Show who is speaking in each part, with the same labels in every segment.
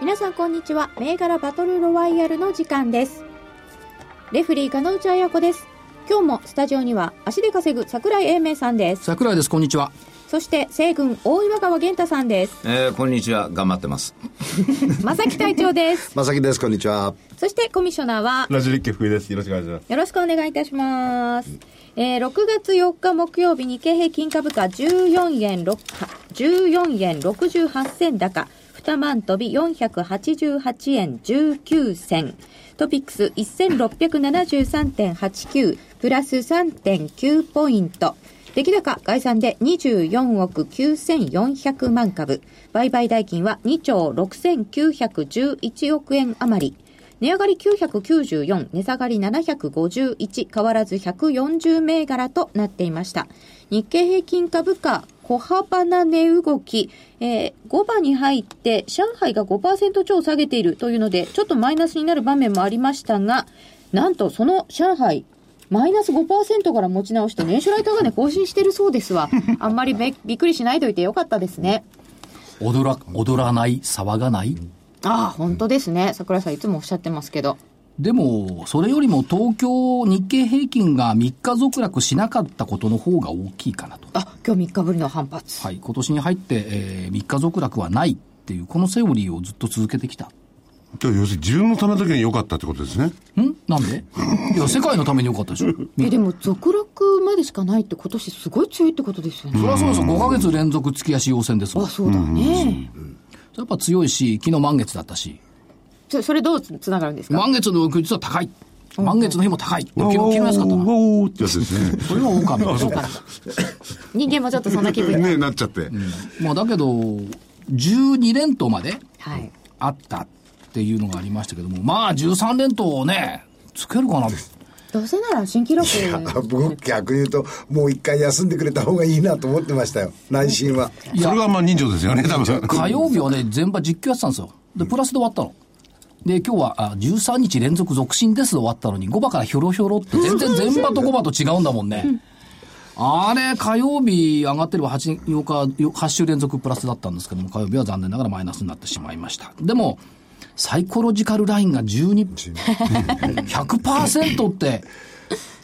Speaker 1: 皆さんこんにちは銘柄バトルロワイヤルの時間ですレフリー金内彩子です今日もスタジオには足で稼ぐ桜井英明さんです
Speaker 2: 桜井ですこんにちは
Speaker 1: そして西軍大岩川源太さ んです
Speaker 3: えー、こんにちは頑張ってます
Speaker 1: 正木隊長です
Speaker 4: まさきですこんにちは
Speaker 1: そしてコミッショナーは
Speaker 5: ラジリッケ福井ですよろしくお願いします
Speaker 1: よろしくお願いいたします、えー、6月4日木曜日日経平均株価14円6 14円68銭高二万飛び488円19銭トピックス1673.89プラス3.9ポイント出来高概算で24億9400万株売買代金は2兆6911億円余り値上がり994、値下がり751、変わらず140銘柄となっていました。日経平均株価、小幅な値動き、えー5番に入って、上海が5%超下げているというので、ちょっとマイナスになる場面もありましたが、なんとその上海、マイナス5%から持ち直して、年初来高値更新してるそうです わ。あんまりべびっくりしないといてよかったですね。
Speaker 2: 踊ら踊らない騒がない
Speaker 1: ああ、本当ですね。桜井さんいつもおっしゃってますけど。
Speaker 2: でもそれよりも東京日経平均が3日続落しなかったことの方が大きいかなと、
Speaker 1: あ、今日3日ぶりの反発。
Speaker 2: はい、今年に入って、え3日続落はないっていうこのセオリーをずっと続けてきた
Speaker 5: 今日要するに自分のためだけに良かったってことですね
Speaker 2: んなん でいや世界のために良かったでしょ
Speaker 1: えでも続落までしかないって今年すごい強いってことですよ
Speaker 2: そ
Speaker 1: ね、
Speaker 2: れはそもそも5ヶ月連続月足要線ですもん
Speaker 1: あそうだね、
Speaker 2: やっぱ強いし昨日満月だったし
Speaker 1: そそれどうつつながるんですか、
Speaker 2: 満月の翌日は高い満月の日も高い昨日
Speaker 5: お
Speaker 2: 昨日安かったな
Speaker 5: おーってやつですね
Speaker 2: それは狼 です
Speaker 1: 人間もちょっとそんな気分にな
Speaker 5: ね
Speaker 1: る、
Speaker 5: えなっちゃって、
Speaker 2: まあだけど、12連投まで
Speaker 1: はい
Speaker 2: あったっていうのがありましたけども、まあ13連投をね、つけるかな。
Speaker 1: どうせなら新記録
Speaker 4: 僕逆に言うともう一回休んでくれた方がいいなと思ってましたよ内心は
Speaker 5: それがまあ人情ですよね多分
Speaker 2: 火曜日はね、全場実況やってたんですよ。で、プラスで終わったの。で、今日はあ13日連続続進ですで終わったのに、5場からひょろひょろって、全然全場と5場と違うんだもんね。あれ、火曜日上がってれば8、8日、8週連続プラスだったんですけども、火曜日は残念ながらマイナスになってしまいました。でも、サイコロジカルラインが12、100%って、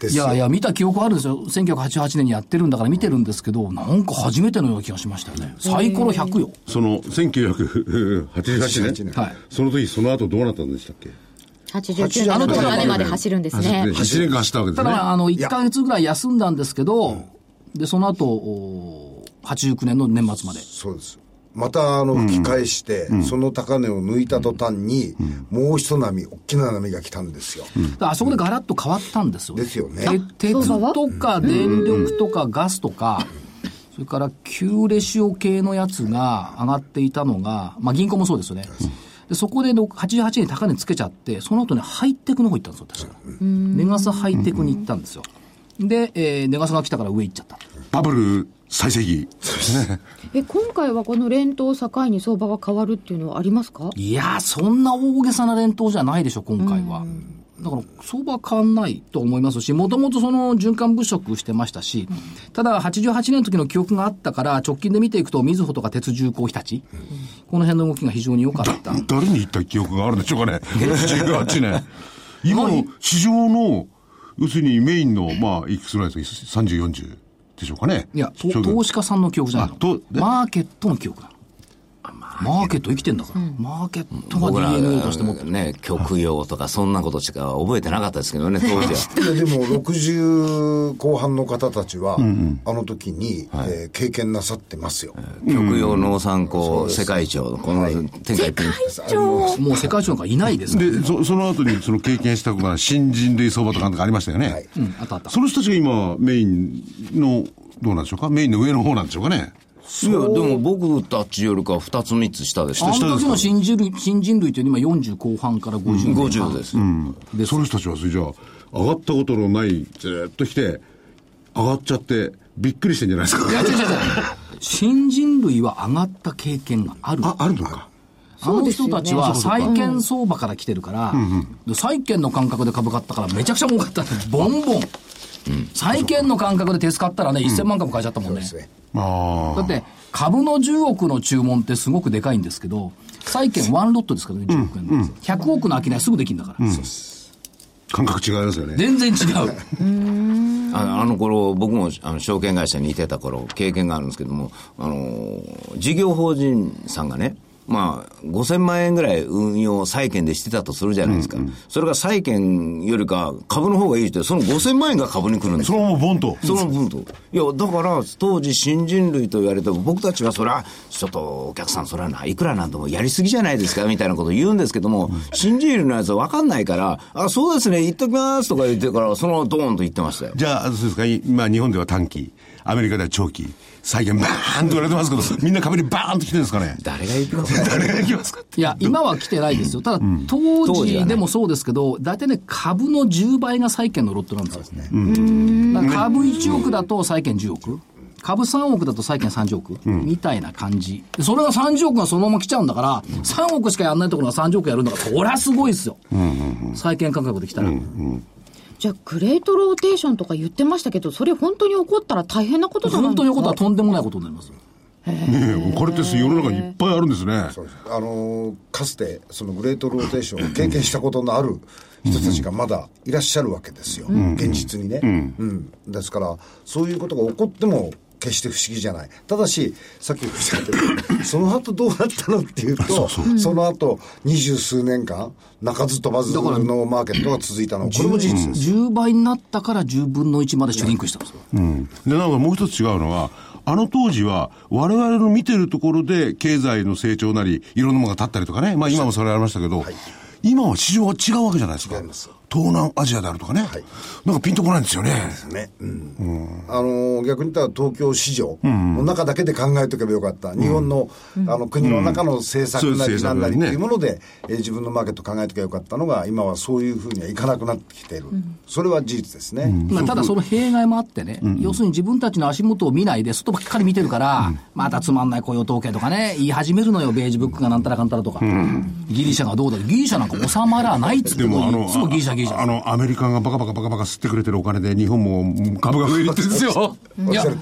Speaker 4: で
Speaker 2: い
Speaker 4: すよ
Speaker 2: やいや、見た記憶あるんですよ。1988年にやってるんだから見てるんですけど、なんか初めてのような気がしましたよね。サイコロ100よ。
Speaker 5: その1988年
Speaker 2: はい
Speaker 5: その時その後どうなったんでしたっけ
Speaker 1: 89年のところまでまで走るんですね
Speaker 5: 走れが走ったわけで
Speaker 2: た
Speaker 5: すね
Speaker 2: だ、あの、1
Speaker 4: や
Speaker 2: ヶ月ぐらい休んだんですけど、で、その後、お89年の年末まで。
Speaker 4: そうですまたあの吹き返して、その高値を抜いた途端に、もう一波大きな波が来たんですよ、
Speaker 2: だからあそこでガラッと変わったんですよね。
Speaker 4: ですよね
Speaker 2: て鉄とか電力とかガスとか、それから旧レシオ系のやつが上がっていたのが、まあ銀行もそうですよね。でそこでの88に高値つけちゃって、その後ね、ハイテクの方行ったんですよ、確か。ネガサハイテクに行ったんですよ。で、えー、ネガサが来たから上行っちゃった。
Speaker 5: バブル最盛期ね
Speaker 1: え今回はこの連投を境に相場が変わるっていうのはありますか
Speaker 2: いやー、そんな大げさな連投じゃないでしょ、今回は。だから、相場変わんないと思いますし、もともとその循環物色してましたし、ただ、88年の時の記憶があったから、直近で見ていくと、みずほとか鉄重工日立、この辺の動きが非常に良かった。
Speaker 5: 誰に言った記憶があるんでしょうかね18年今の市場の要するにメインのまあいくつぐらいですか3040でしょうかね
Speaker 2: いや、と
Speaker 5: そうう
Speaker 2: 投資家さんの記憶じゃない
Speaker 5: あと
Speaker 2: の。マーケットの記憶だ。マーケット生きてんだから。マーケット
Speaker 3: 僕
Speaker 2: が
Speaker 3: ら
Speaker 2: DNA として持ってる。
Speaker 3: ね極用とかそんなことしか覚えてなかったですけどね当時 は
Speaker 4: いやでも60後半の方たちは、あの時に、えー経験なさってますよ、
Speaker 3: 極用農産鉱世界一をこの天下一品
Speaker 2: もう世界中なんかいないですから
Speaker 5: で、そその後にその経験したことが新人類相場とかなんかありましたよね。
Speaker 4: はい
Speaker 2: うん、あったあった。
Speaker 5: その人たちが今メインの、どうなんでしょうかメインの上の方なんでしょうかね。
Speaker 3: いや、でも僕たちよりかは2つ3つ下でし
Speaker 2: あ
Speaker 3: た
Speaker 2: の
Speaker 3: よ。
Speaker 2: 時の新人類新人類というのは今40後半から50年半、
Speaker 3: 50です。
Speaker 5: でその人たちはそれじゃあ上がったことのないずっと来て上がっちゃってびっくりしてんじゃないですか
Speaker 2: いや違う違う違う新人類は上がった経験がある
Speaker 5: ああるのか
Speaker 2: あの人たちは債券相場から来てるから、で債券の感覚で株買ったからめちゃくちゃ儲かったんですボンボン、債券の感覚で手ス買ったらね、1000万株買えちゃったもんね
Speaker 4: ね
Speaker 5: あ
Speaker 2: だって株の10億の注文ってすごくでかいんですけど債券ワンロットですからね10億円の、100億の商いすぐできるんだから、
Speaker 5: あ感覚違いますよね
Speaker 2: 全然違う
Speaker 3: あのあの頃、僕もあの証券会社にいてた頃、経験があるんですけども、あのー事業法人さんがね、まあ、5000万円ぐらい運用債券でしてたとするじゃないですか。それが債券よりか株の方がいいって、その5000万円が株に来るんです
Speaker 5: そ
Speaker 3: よ。
Speaker 5: のままボンと
Speaker 3: その分と。いや、だから、当時、新人類と言われても、僕たちはそりゃ、ちょっと、お客さん、そりゃな、いくらなんでもやりすぎじゃないですか、みたいなこと言うんですけども、新人類のやつは分かんないから、あ、そうですね、言っときますとか言ってから、そのままドーンと言ってましたよ。
Speaker 5: じゃあそうですか今日本では短期アメリカでは長期債券バーンと言われてますけどみんな株にバーンと来てるんですかね
Speaker 3: 誰が言ってますか
Speaker 5: 誰が行きますか
Speaker 2: いや、今は来てないですよ。ただ、当
Speaker 3: 当
Speaker 2: 時
Speaker 3: 時はね
Speaker 2: でもそうですけど、大体ね、株の10倍が債券のロットなんですよ。だから株1億だと債券10億。株3億だと債券30億、みたいな感じ。でそれが30億がそのまま来ちゃうんだから、3億しかやんないところが30億やるんだから、そりゃすごいですよ。債券価格できたら。
Speaker 1: じゃあ、グレートローテーションとか言ってましたけど、それ本当に起こったら大変なことじゃな
Speaker 2: 本
Speaker 1: いです
Speaker 2: 当
Speaker 1: か
Speaker 2: に起こったらとんでもないことになりますよ。
Speaker 5: ね えこれって世の中にいっぱいあるんですね
Speaker 4: あのーかつてそのグレートローテーションを経験したことのある人たちがまだいらっしゃるわけですよ、現実にね、うんですからそういうことが起こっても決して不思議じゃないただしさっきおっしゃったようにその後どうなったのっていうとその後二十数年間鳴かず飛ばずのマーケットが続いたのこれも事実です
Speaker 2: 10倍になったから10分の1までシュリンクしたんですよ。
Speaker 5: でなんかもう一つ違うのは、あの当時は、我々の見てるところで、経済の成長なり、いろんなものが立ったりとかね、まあ今もそれありましたけど、今は市場は違うわけじゃないですか。東南アジアであるとかね。なんかピンとこないんですよね。
Speaker 4: ね、あの逆に言ったら東京市場の中だけで考えておけばよかった、日本の,、あの国の中の政策な
Speaker 5: うん
Speaker 4: りなんなり
Speaker 5: そういう政策なり
Speaker 4: っ
Speaker 5: ね
Speaker 4: ていうもので、えー自分のマーケット考えておけばよかったのが、今はそういうふうにはいかなくなってきている、それは事実ですね。
Speaker 2: まあ、ただその弊害もあってね、要するに自分たちの足元を見ないで、外ばっかり見てるから、またつまんない雇用統計とかね、言い始めるのよ、ベージュブックがなんたらかんたらとか、ギリシャがどうだ、ギリシャなんか収まらないっつって、
Speaker 5: で
Speaker 2: も
Speaker 5: もあ
Speaker 2: うい
Speaker 5: の、
Speaker 2: つもギリシャ、ギリシ
Speaker 5: あ
Speaker 2: ャ。
Speaker 5: の、アメリカがバカバカバカバカ吸ってくれてるお金で、日本も株が増えるってんですよ。
Speaker 2: いや
Speaker 4: おっしゃる、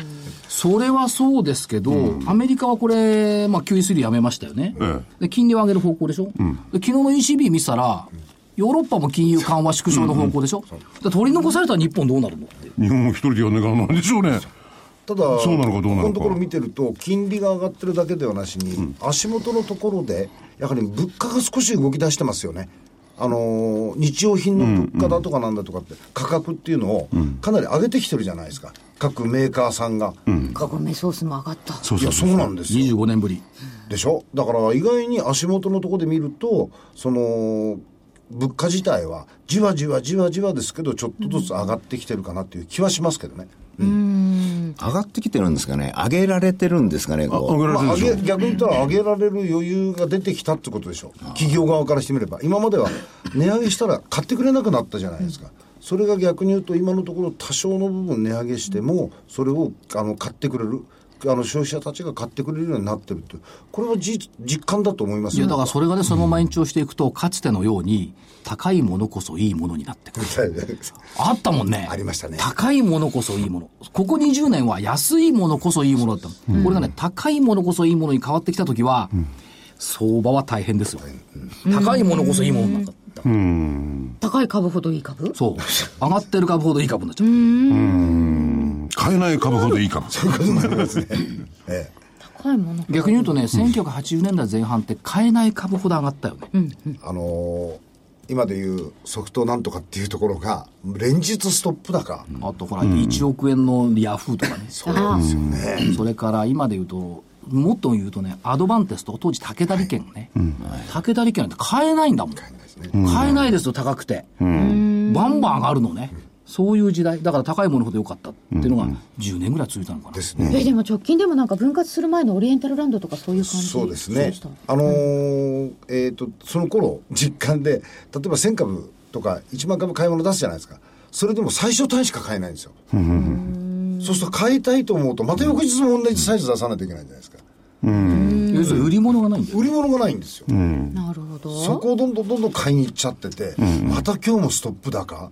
Speaker 2: それはそうですけど、アメリカはこれ、まあ、QE3 やめましたよね、
Speaker 5: え
Speaker 2: で金利を上げる方向でしょ、で昨日の ECB 見てたら、ヨーロッパも金融緩和縮小の方向でしょ、で取り残されたら日本どうなるのって。
Speaker 5: 日本も一人でやんなきゃなんないでしょうね。
Speaker 4: ただ、
Speaker 5: そうなのかどう
Speaker 4: こ
Speaker 5: なのか
Speaker 4: このところ見てると、金利が上がってるだけではなしに、足元のところで、やはり物価が少し動き出してますよね。あのー日用品の物価だとかなんだとかって、価格っていうのをかなり上げてきてるじゃないですか、各メーカーさんが。
Speaker 1: カゴメソースも上がった。
Speaker 5: そう
Speaker 4: いや、そうなんですよ。
Speaker 2: 25年ぶり
Speaker 4: でしょだから意外に足元のところで見ると、その、物価自体はじわじわじわじわですけど、ちょっとずつ上がってきてるかなっていう気はしますけどね。
Speaker 3: 上がってきてるんですかね、上げられてるんですかね、
Speaker 5: あ上
Speaker 3: こ
Speaker 5: げられ
Speaker 4: ま
Speaker 5: てる
Speaker 4: あ、
Speaker 5: でしょ
Speaker 4: 上げ逆に言ったら上げられる余裕が出てきたってことでしょ企業側からしてみれば今までは値上げしたら買ってくれなくなったじゃないですか、それが逆に言うと今のところ多少の部分値上げしてもそれをあの買ってくれるあの消費者たちが買ってくれるようになってるってこれは実実感だと思います
Speaker 2: いや
Speaker 4: よ
Speaker 2: だからそれがね、そのまま延長していくと、かつてのように、高いものこそいいものになってくる。あったもんね。
Speaker 4: ありましたね
Speaker 2: 高いものこそいいもの。ここ20年は安いものこそいいものだったの。これがね、高いものこそいいものに変わってきたときは、相場は大変ですよ。高いものこそいいものになかった。
Speaker 1: 高い株ほどいい株
Speaker 2: そう。上がってる株ほどいい株になっちゃう。
Speaker 5: 買えない株ほどいい株。
Speaker 1: 高いもの。
Speaker 2: 逆に言うとね、1980年代前半って買えない株ほど上がったよね。
Speaker 4: あのー今でいうソフトなんとかっていうところが連日ストップ高
Speaker 2: あとほら、1億円のヤフーとかね。
Speaker 1: あ
Speaker 2: それから今で言うと、もっと言うとね、アドバンテスト、当時武田利権ね、武田利権なんて買えないんだもん。買えないですよ、高くて。バンバン上がるのね。そういう時代、だから高いものほど良かったっていうのが、10年ぐらい続いたのかな。
Speaker 4: ですね。
Speaker 1: えでも直近でもなんか分割する前のオリエンタルランドとかそういう感じ
Speaker 4: そうですね
Speaker 1: でした。
Speaker 4: あのーえっ、と、その頃、実感で、例えば1000株とか1万株買い物出すじゃないですか。それでも最小単位しか買えないんですよ。そうすると買いたいと思うと、また翌日も同じサイズ出さないといけないじゃないですか。
Speaker 2: 要するに売り物がないんだよ。
Speaker 4: 売り物がないんですよ。
Speaker 1: なるほど。
Speaker 4: そこをどんどんどんどん買いに行っちゃってて、また今日もストップ高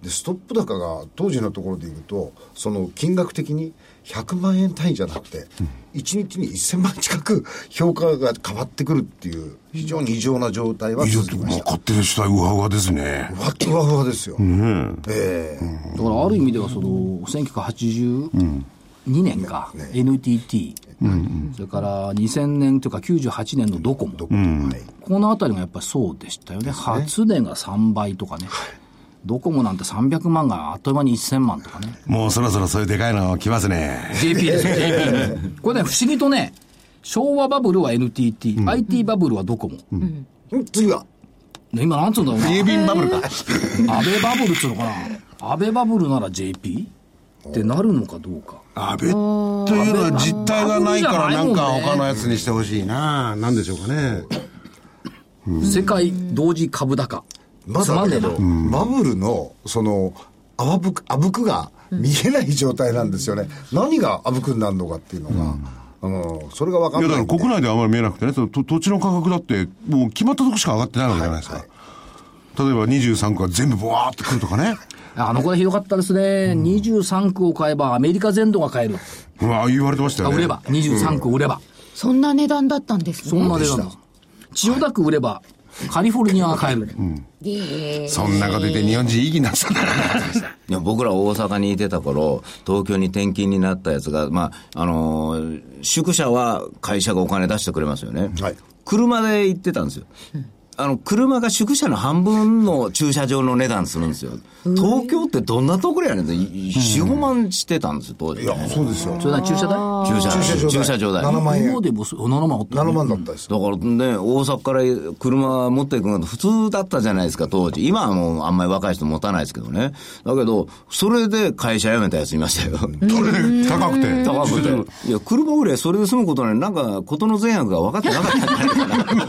Speaker 4: でストップ高が当時のところで言うとその金額的に100万円単位じゃなくて、1日に1000万近く評価が変わってくるっていう非常に異常な状態は
Speaker 5: 以上
Speaker 4: 続
Speaker 5: って
Speaker 4: き
Speaker 5: も
Speaker 4: ま
Speaker 5: う
Speaker 4: した。
Speaker 5: 勝手にしたいうわうわですね
Speaker 4: ふわっとふわふわですよ。ええ
Speaker 2: だからある意味ではその1982年か、NTT、それから2000年というか98年のドコモ、
Speaker 4: はい
Speaker 2: このあたりがやっぱりそうでしたよね発電が3倍とかね、ドコモなんて300万があっという間に1000万とか ね
Speaker 5: もうそろそろそういうでかいの来ますね
Speaker 2: JP ですよ JP これね不思議とね昭和バブルは NTT、IT バブルはドコモ、
Speaker 4: うん次は
Speaker 2: ね今なんつうんだろうな
Speaker 5: 郵便バブルか
Speaker 2: 安倍バブルっつうのかな安倍バブルなら JP ってなるのかどうか
Speaker 5: 安倍というのは実態がないからなんか他のやつにしてほしいななんでしょうかね
Speaker 2: 世界同時株高。
Speaker 4: ま
Speaker 2: つま
Speaker 4: だ
Speaker 2: んね
Speaker 4: け
Speaker 2: えな
Speaker 4: ど、バブルのそのあわぶくあぶくが見えない状態なんですよね。何があぶくになるのかっていうのが、あのそれが分か
Speaker 5: い
Speaker 4: ん
Speaker 5: や
Speaker 4: ない
Speaker 5: だから
Speaker 4: んで。
Speaker 5: 国内ではあまり見えなくてねその土土地の価格だってもう決まったとこしか上がってないわけじゃないですか、例えば23区は全部ボワーってくるとかね
Speaker 2: あの頃ひどかったですね。23区を買えばアメリカ全土が買える。
Speaker 5: うわ言われてましたよ
Speaker 2: あ
Speaker 5: ね
Speaker 2: 売れば。23区売れば。
Speaker 1: そんな値段だったんです
Speaker 2: そ
Speaker 1: ね。
Speaker 2: んな値段だ。千代田区売れば、カリフォルニアが買える。
Speaker 5: そんなこと言って日本人意義なさんだない
Speaker 3: や僕ら大阪にいてた頃、東京に転勤になったやつが、まあ、あのー宿舎は会社がお金出してくれますよね。
Speaker 4: はい
Speaker 3: 車で行ってたんですよ。あの、車が宿舎の半分の駐車場の値段するんですよ。東京ってどんなところやねんって、い4、5万してたんですよ、当時。
Speaker 4: いやそうですよ。
Speaker 2: それなりに駐車代
Speaker 3: 駐車
Speaker 4: 駐車場代
Speaker 3: 駐車場代。
Speaker 4: 7万円
Speaker 2: 今でもそう、7万おった。
Speaker 4: 7万だったですよ。
Speaker 3: だからね、大阪から車持っていくのが普通だったじゃないですか、当時。今はもうあんまり若い人持たないですけどね。だけど、それで会社辞めたやついましたよ。
Speaker 5: どれ高くて
Speaker 3: 高くて。いや、車売れ、それで済むことない。なんか、ことの善悪が分かってなかったんじゃないかな。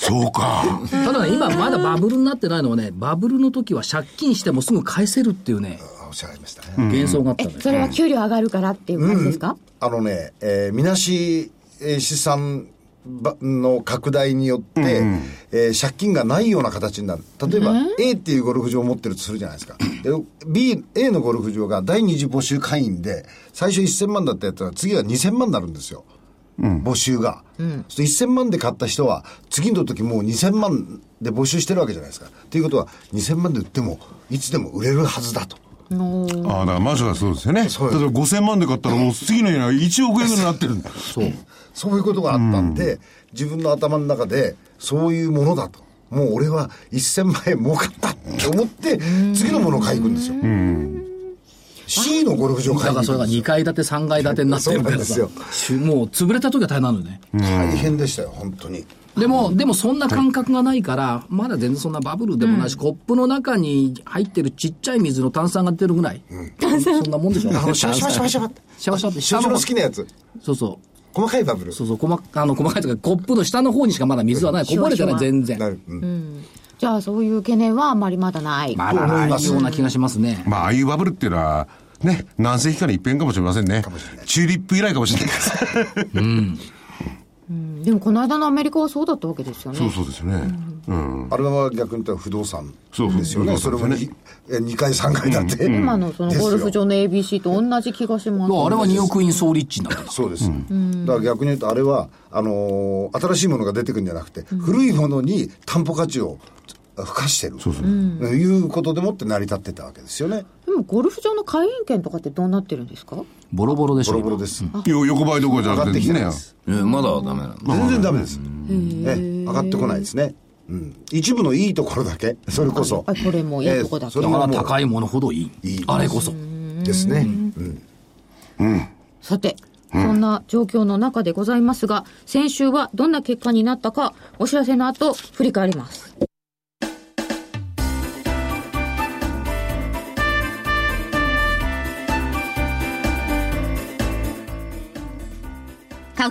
Speaker 5: そうか
Speaker 2: ただね、今まだバブルになってないのはね、バブルの時は借金してもすぐ返せるっていうね、
Speaker 4: あおっしゃられましたね。
Speaker 2: 幻想があった
Speaker 1: え
Speaker 2: んで、す
Speaker 1: それは給料上がるからっていう感じですか、
Speaker 4: あのね、えーみなしえー資産ばの拡大によって、えー借金がないような形になる。例えば、A っていうゴルフ場を持ってるとするじゃないですか。で B、A のゴルフ場が第二次募集会員で、最初1000万だったやつは次は2000万になるんですよ。募集が、そうすると1000万で買った人は次の時もう2000万で募集してるわけじゃないですかということは2000万で売ってもいつでも売れるはずだと
Speaker 5: ああだからマンションはそうですよね例え
Speaker 4: そう
Speaker 5: ば
Speaker 4: です
Speaker 5: 5000万で買ったらもう次の日には1億円ぐらいになってるんだ
Speaker 2: そう。
Speaker 4: そういうことがあったんで、自分の頭の中で、そういうものだと。もう俺は1000万円儲かったって思って、次のものを買いに行くんですよ。C のゴルフ場を買
Speaker 2: だ
Speaker 4: い
Speaker 2: からそれが
Speaker 4: に行くんです
Speaker 2: 2
Speaker 4: よ。
Speaker 2: 階建て、3階建てになってるからさ
Speaker 4: そうなん、
Speaker 2: しもう潰れた時は大変なのよね。
Speaker 4: 大変でしたよ、本当に。
Speaker 2: でも、でもそんな感覚がないから、まだ全然そんなバブルでもないし、コップの中に入ってるちっちゃい水の炭酸が出てるぐらい。炭酸そんなもんでしょ。シ
Speaker 4: あのシャワシャワシャワシャワって
Speaker 2: シャワシャワって。
Speaker 4: 社
Speaker 2: 下
Speaker 4: 長
Speaker 2: の
Speaker 4: の
Speaker 2: 方
Speaker 4: 好きなやつ。
Speaker 2: そうそう。
Speaker 4: 細かいバブル。
Speaker 2: そうそう、細かあの細かいというか、コップの下の方にしかまだ水はない。こぼれてない、全然。
Speaker 4: なる。うん
Speaker 1: じゃあそういう懸念はあんまりまだない。
Speaker 2: まだ
Speaker 4: 思い
Speaker 2: な
Speaker 4: ま
Speaker 2: い
Speaker 4: す
Speaker 2: ような気がしますね。
Speaker 5: まあああいうバブルっていうのはね何世紀かに一遍かもしれませんねチューリップ以来かもしれないです
Speaker 1: でもこの間のアメリカはそうだったわけですよね。
Speaker 5: そうそうですよねうん
Speaker 4: あれは逆に言ったら不動産
Speaker 5: そうそう
Speaker 4: ですよね。
Speaker 5: 不
Speaker 4: それ
Speaker 5: 動
Speaker 4: も
Speaker 5: 産です
Speaker 4: 2階、3階だって。
Speaker 1: 今のそのゴルフ場の ABC と同じ気がします。
Speaker 2: あれは2億円総立地になったんだ。
Speaker 4: そうです、だから逆に言うとあれはあのー新しいものが出てくるんじゃなくて、古いものに担保価値を付加してるということでもって成り立ってたわけですよね、
Speaker 1: でもゴルフ場の会員権とかってどうなってるんですか
Speaker 2: ボロボロでし
Speaker 4: ボ
Speaker 2: ょ。
Speaker 4: ロボロです、
Speaker 5: よ横ばいどころじゃ
Speaker 4: 上
Speaker 5: な
Speaker 4: が
Speaker 5: く
Speaker 4: ってき
Speaker 5: て
Speaker 4: てない
Speaker 5: ね
Speaker 4: です、
Speaker 3: えまだダメなの。
Speaker 4: 全然ダメです、ええ上がってこないですね、うん、一部のいいところだけそれこそ
Speaker 1: あやっぱりこれもいいとこだけ
Speaker 4: それ
Speaker 2: だか
Speaker 4: も
Speaker 2: ら
Speaker 4: もう
Speaker 2: 高いものほどいい。
Speaker 4: いい
Speaker 2: あれこそ。
Speaker 4: ですね、うん
Speaker 1: さて、そんな状況の中でございますが、先週はどんな結果になったか、お知らせの後、振り返ります。
Speaker 6: 花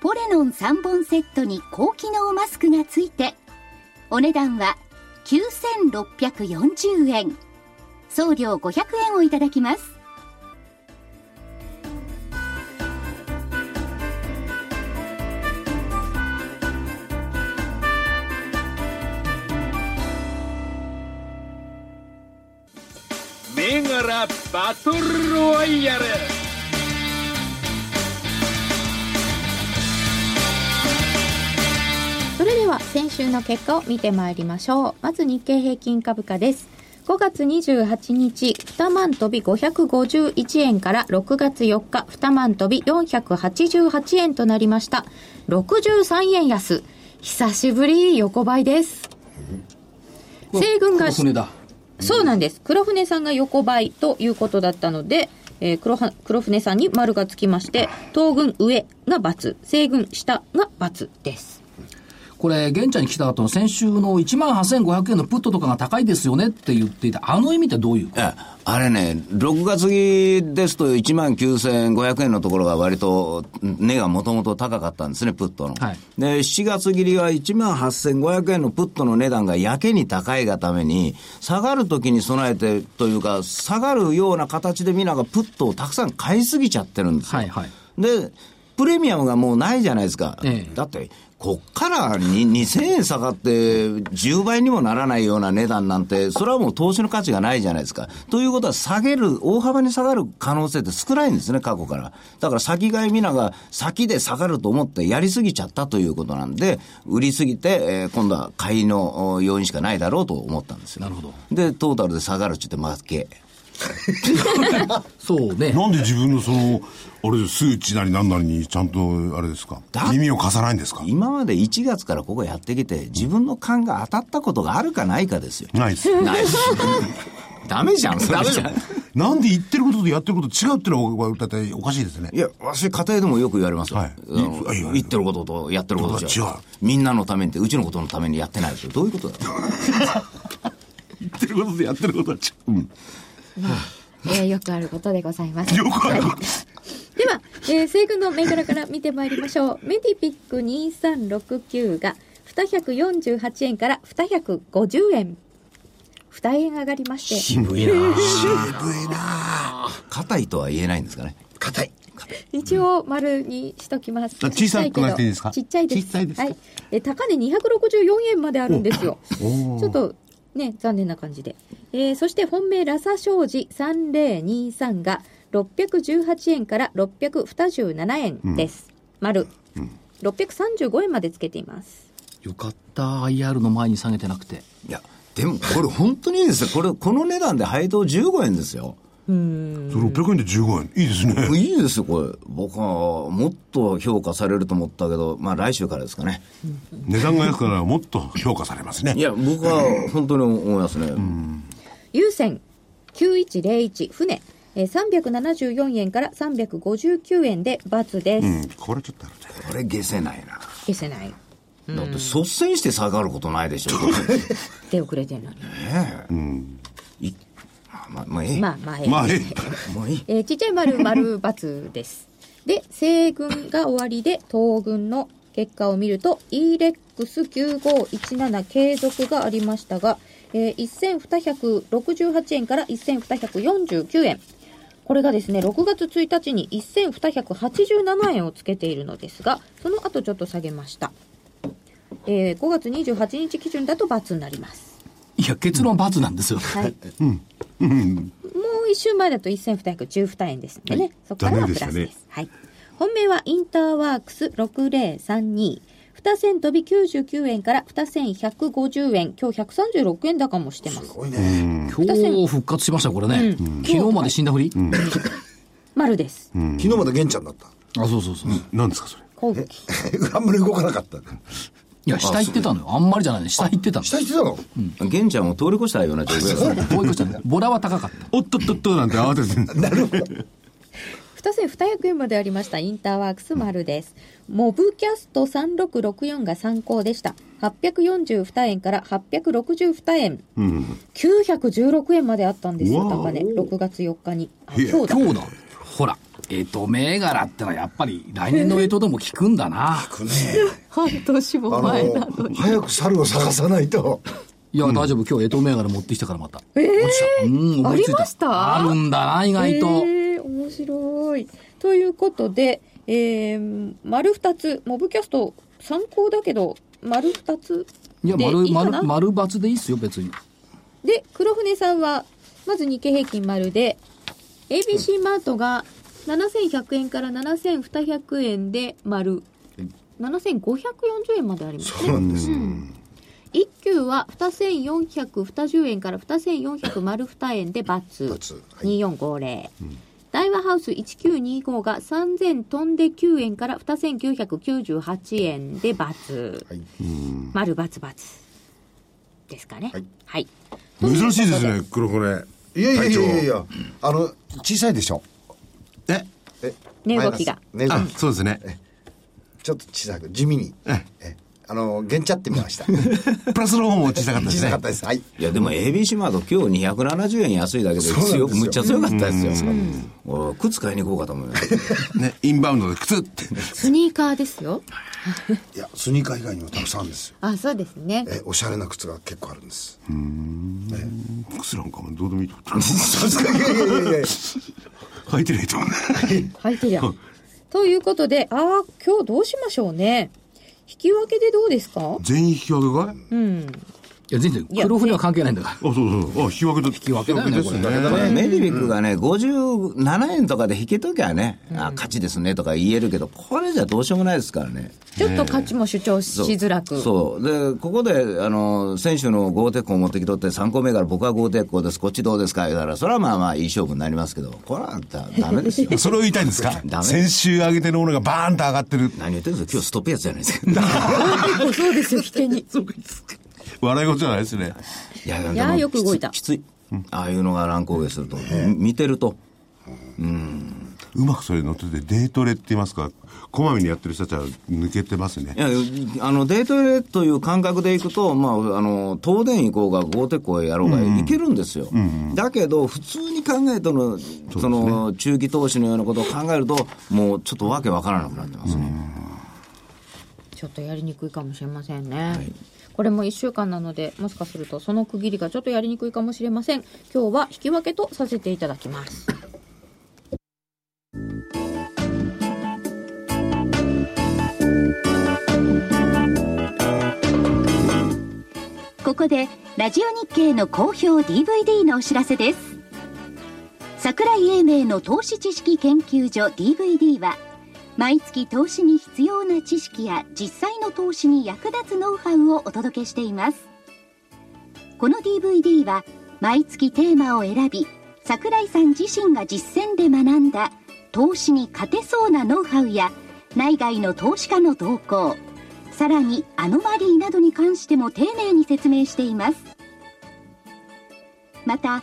Speaker 6: ポレノン3本セットに高機能マスクがついてお値段は9640円送料500円をいただきます
Speaker 7: 銘柄バトルロワイヤル
Speaker 8: それでは先週の結果を見てまいりましょう。まず日経平均株価です。5月28日、2万飛び551円から6月4日、2万飛び488円となりました。63円安。久しぶり横ばいです。西軍が
Speaker 2: この船だ。
Speaker 8: そうなんです。黒船さんが横ばいということだったので、えー黒は黒船さんに丸がつきまして、東軍上が×、西軍下が×です。
Speaker 2: これ、現地に来た後の先週の1万8500円のプットとかが高いですよねって言っていた、あの意味ってどういう
Speaker 3: ええあれね、6月期ですと1万9500円のところが割と値がもともと高かったんですね、プットの。
Speaker 2: はい
Speaker 3: で、7月切りは1万8500円のプットの値段がやけに高いがために、下がるときに備えてというか、下がるような形でみんながプットをたくさん買いすぎちゃってるんですよ。
Speaker 2: はいはい
Speaker 3: で、プレミアムがもうないじゃないですか。
Speaker 2: ええ
Speaker 3: だって、こっからに2000円下がって10倍にもならないような値段なんて、それはもう投資の価値がないじゃないですか。ということは下げる、大幅に下がる可能性って少ないんですね、過去から。だから先買い皆が先で下がると思ってやりすぎちゃったということなんで、売りすぎて、えー今度は買いのお要因しかないだろうと思ったんですよ。
Speaker 2: なるほど。
Speaker 3: で、トータルで下がるって言って負け。
Speaker 2: そうね。
Speaker 5: なんで自分のその、あれ、数値なりなんなりにちゃんと、あれですか
Speaker 3: だ、
Speaker 5: 耳を貸さないんですか
Speaker 3: 今まで1月からここやってきて、自分の勘が当たったことがあるかないかですよ。
Speaker 5: ないです。
Speaker 3: ないし。 ダメじゃん、ダメじゃん。
Speaker 5: なんで言ってることとやってること違うってのは、だっておかしいですね
Speaker 3: い。や、私、家庭でもよく言われますよ。
Speaker 5: はい
Speaker 3: あの
Speaker 5: いいやいや
Speaker 3: 言ってることとやってることじゃ
Speaker 5: 違う
Speaker 3: みんなのためにって、うちのことのためにやってないですよ。どういうことだろう
Speaker 5: 言ってることとやってることは違う。うん。
Speaker 8: えーよくあることでござい ます。
Speaker 5: よくあること。
Speaker 8: では、えー、西軍の銘柄から見てまいりましょう。メディピック2369が248円から250円。2円上がりまして、
Speaker 9: 渋いな
Speaker 3: 硬いとは言えないんですかね。硬い。
Speaker 8: 一応丸にしときます。
Speaker 5: あ小さくなっていいですか
Speaker 8: ちっちゃいけどちっちゃいです。はい。えー高値264円まであるんですよ。ちょっと、ね、残念な感じで。えー、そして本命、ラサ商事3023が618円から627円です。丸。635円までつけています。
Speaker 2: よかった、IR の前に下げてなくて。
Speaker 3: いや、でもこれ本当にいいですよ。これ、この値段で配当15円ですよ。
Speaker 5: それ600円で15円。いいですね。
Speaker 3: いいですよ、これ。僕はもっと評価されると思ったけど、まあ来週からですかね。
Speaker 5: 値段が安くならもっと評価されますね。
Speaker 3: いや、僕は本当に思いますね。
Speaker 8: 優先9101船えー374円から359円で×で
Speaker 5: う
Speaker 8: す。
Speaker 5: ん。これちょっとあるね。
Speaker 3: これ消せないな。
Speaker 8: 消せない。
Speaker 3: だって率先して下がることないでしょ。
Speaker 8: 出遅れてるのに。
Speaker 3: いあまあ、まあ、ええ。
Speaker 8: まあまあ、ええ
Speaker 5: まあ、ええ。
Speaker 3: もういい。
Speaker 8: えーちっちゃい丸丸×です。で、西軍が終わりで、東軍の結果を見ると、e レックス9517継続がありましたが、えー1268円から1249円。これがですね、6月1日に1287円をつけているのですが、その後ちょっと下げました。えー5月28日基準だと×になります。
Speaker 2: いや、結論罰なんですよ。
Speaker 8: はい。もう一週前だと1212円ですのでね、そこからはプラス
Speaker 5: 残念
Speaker 8: で。
Speaker 5: です
Speaker 8: はい。本命はインターワークス6032。二千飛び99円から二千150円。今日136円高もしてます。
Speaker 2: 今日復活しました、これね。昨日まで死んだふり、
Speaker 8: 丸です。
Speaker 4: 昨日まで玄ちゃんだった。
Speaker 2: あ、そうそうそう。
Speaker 5: なんですか、それ。
Speaker 8: 後期。
Speaker 4: あんまり動かなかった。
Speaker 2: いや、下行ってたのよ。あんまりじゃないね。下行ってたの。
Speaker 4: 期待してたの
Speaker 3: 玄ちゃんを通り越したような状況ですね。
Speaker 2: こういうことじゃないボラは高かった。
Speaker 5: おっとっとっとなんて慌てて。
Speaker 8: 二千二百円までありましたインターワークス丸です。モブキャスト3664が参考でした。842円から862円。916円まであったんですよ、
Speaker 5: うわ
Speaker 8: 高値。6月4日に。あ
Speaker 5: へえ
Speaker 8: 今日だ。
Speaker 2: 今日だ。ほら、えっ、と、銘柄ってのはやっぱり来年のウェイトでも効くんだな。
Speaker 1: 半年
Speaker 4: あ
Speaker 1: も前なの
Speaker 4: の、早く猿を探さないと。
Speaker 2: いや、大丈夫。今日、江東銘柄持ってきたからまた。
Speaker 8: えー
Speaker 2: うん、思いつい
Speaker 1: ありました
Speaker 2: あるんだな、意外と。
Speaker 8: えー、面白い。ということで、えー、丸二つ、モブキャスト参考だけど、丸二つ
Speaker 2: い
Speaker 8: で
Speaker 2: や、
Speaker 8: いいかな
Speaker 2: 丸、丸、丸×でいいっすよ、別に。
Speaker 8: で、黒船さんは、まず日経平均丸で、ABC マートが7100円から7200円で丸。7540円までありますね。一級は2420円から2400丸2円で
Speaker 4: ×。
Speaker 8: ×
Speaker 4: はい
Speaker 8: 2450。大和ハウス1925が3000飛んで9円から2998円で×。
Speaker 4: はい
Speaker 8: 丸××ですかね。
Speaker 4: はい
Speaker 8: はい
Speaker 5: 珍しいですね、黒子ね。
Speaker 4: いやいやいやいやい
Speaker 5: 隊長。
Speaker 4: や、あの、小さいでしょ。
Speaker 5: え
Speaker 4: え
Speaker 8: 値動きが
Speaker 4: マイナス
Speaker 5: あ
Speaker 4: 値動き、
Speaker 5: そうですね。
Speaker 4: ちょっと小さく、地味に。
Speaker 5: え
Speaker 4: えあの、玄ちゃってみました。
Speaker 5: プラスの方も小さかった
Speaker 4: 小
Speaker 5: です
Speaker 4: さ
Speaker 5: ね
Speaker 4: かっ。たです。はい。
Speaker 3: いやでも ABC マート今日270円安いだけで
Speaker 4: うなんですよ
Speaker 3: 強くむっちゃ強かったですよ、おい靴買いに行こうかと思いました
Speaker 5: ね、インバウンドで靴って。
Speaker 8: スニーカーですよ。
Speaker 4: いや、スニーカー以外にもたくさんあるんですよ。
Speaker 8: あ、そうですね。
Speaker 4: え、おしゃれな靴が結構あるんです。
Speaker 5: 靴なんかもどうでもいいと思っ
Speaker 4: いやいやいやいや。
Speaker 5: た。履いてないと思う。
Speaker 8: 履いてりゃ。ということで、ああ、今日どうしましょうね。引き分けでどうですか
Speaker 5: 全員引き分けかい
Speaker 2: いや、全然、黒船は関係ないんだから。
Speaker 5: あ、そうそう。あ、引き分けだ。引
Speaker 2: き分けだよね
Speaker 5: です
Speaker 2: これ
Speaker 3: だか
Speaker 5: ね。
Speaker 3: らメディビックがね57円とかで引けときゃね、あ勝ちですねとか言えるけどこれじゃどうしようもないですからね
Speaker 8: ちょっと価値も主張し
Speaker 3: そう
Speaker 8: づらく。
Speaker 3: そうでここであの選手のゴーテックを持ってきとって3個目から僕はゴーテックをですこっちどうですか言うたらそれはまあまあいい勝負になりますけどこれはだダメ ですよ
Speaker 5: それを言いたいんですか
Speaker 3: ダメ
Speaker 5: 先週上げてるものがバーンと上がってる。
Speaker 3: 何言ってるんですか今日ストップやつじゃないですか
Speaker 8: そうですよ、引けに。
Speaker 5: 笑い事じゃないですね。
Speaker 3: いや
Speaker 8: いやー
Speaker 3: でも
Speaker 8: よく動いた
Speaker 3: きつきつい、ああいうのが乱高下すると、見てると
Speaker 5: うまくそれ乗ってて、デートレって言いますか、こまめにやってる人たちは抜けてますね
Speaker 3: い。やあのデートレという感覚でいくと、まあ、あの東電行こうが、ゴーテックをやろうが、いけるんですよ、だけど、普通に考えての、その中期投資のようなことを考えると、もうちょっとわけわからなくなってますね。
Speaker 8: ちょっとやりにくいかもしれませんね。これも1週間なので、もしかするとその区切りがちょっとやりにくいかもしれません。今日は引き分けとさせていただきます。
Speaker 6: ここでラジオ日経の好評 DVD のお知らせです桜井英明の投資知識研究所 DVD は毎月投資に必要な知識や実際の投資に役立つノウハウをお届けしていますこの DVD は毎月テーマを選び桜井さん自身が実践で学んだ投資に勝てそうなノウハウや内外の投資家の動向さらにアノマリーなどに関しても丁寧に説明していますまた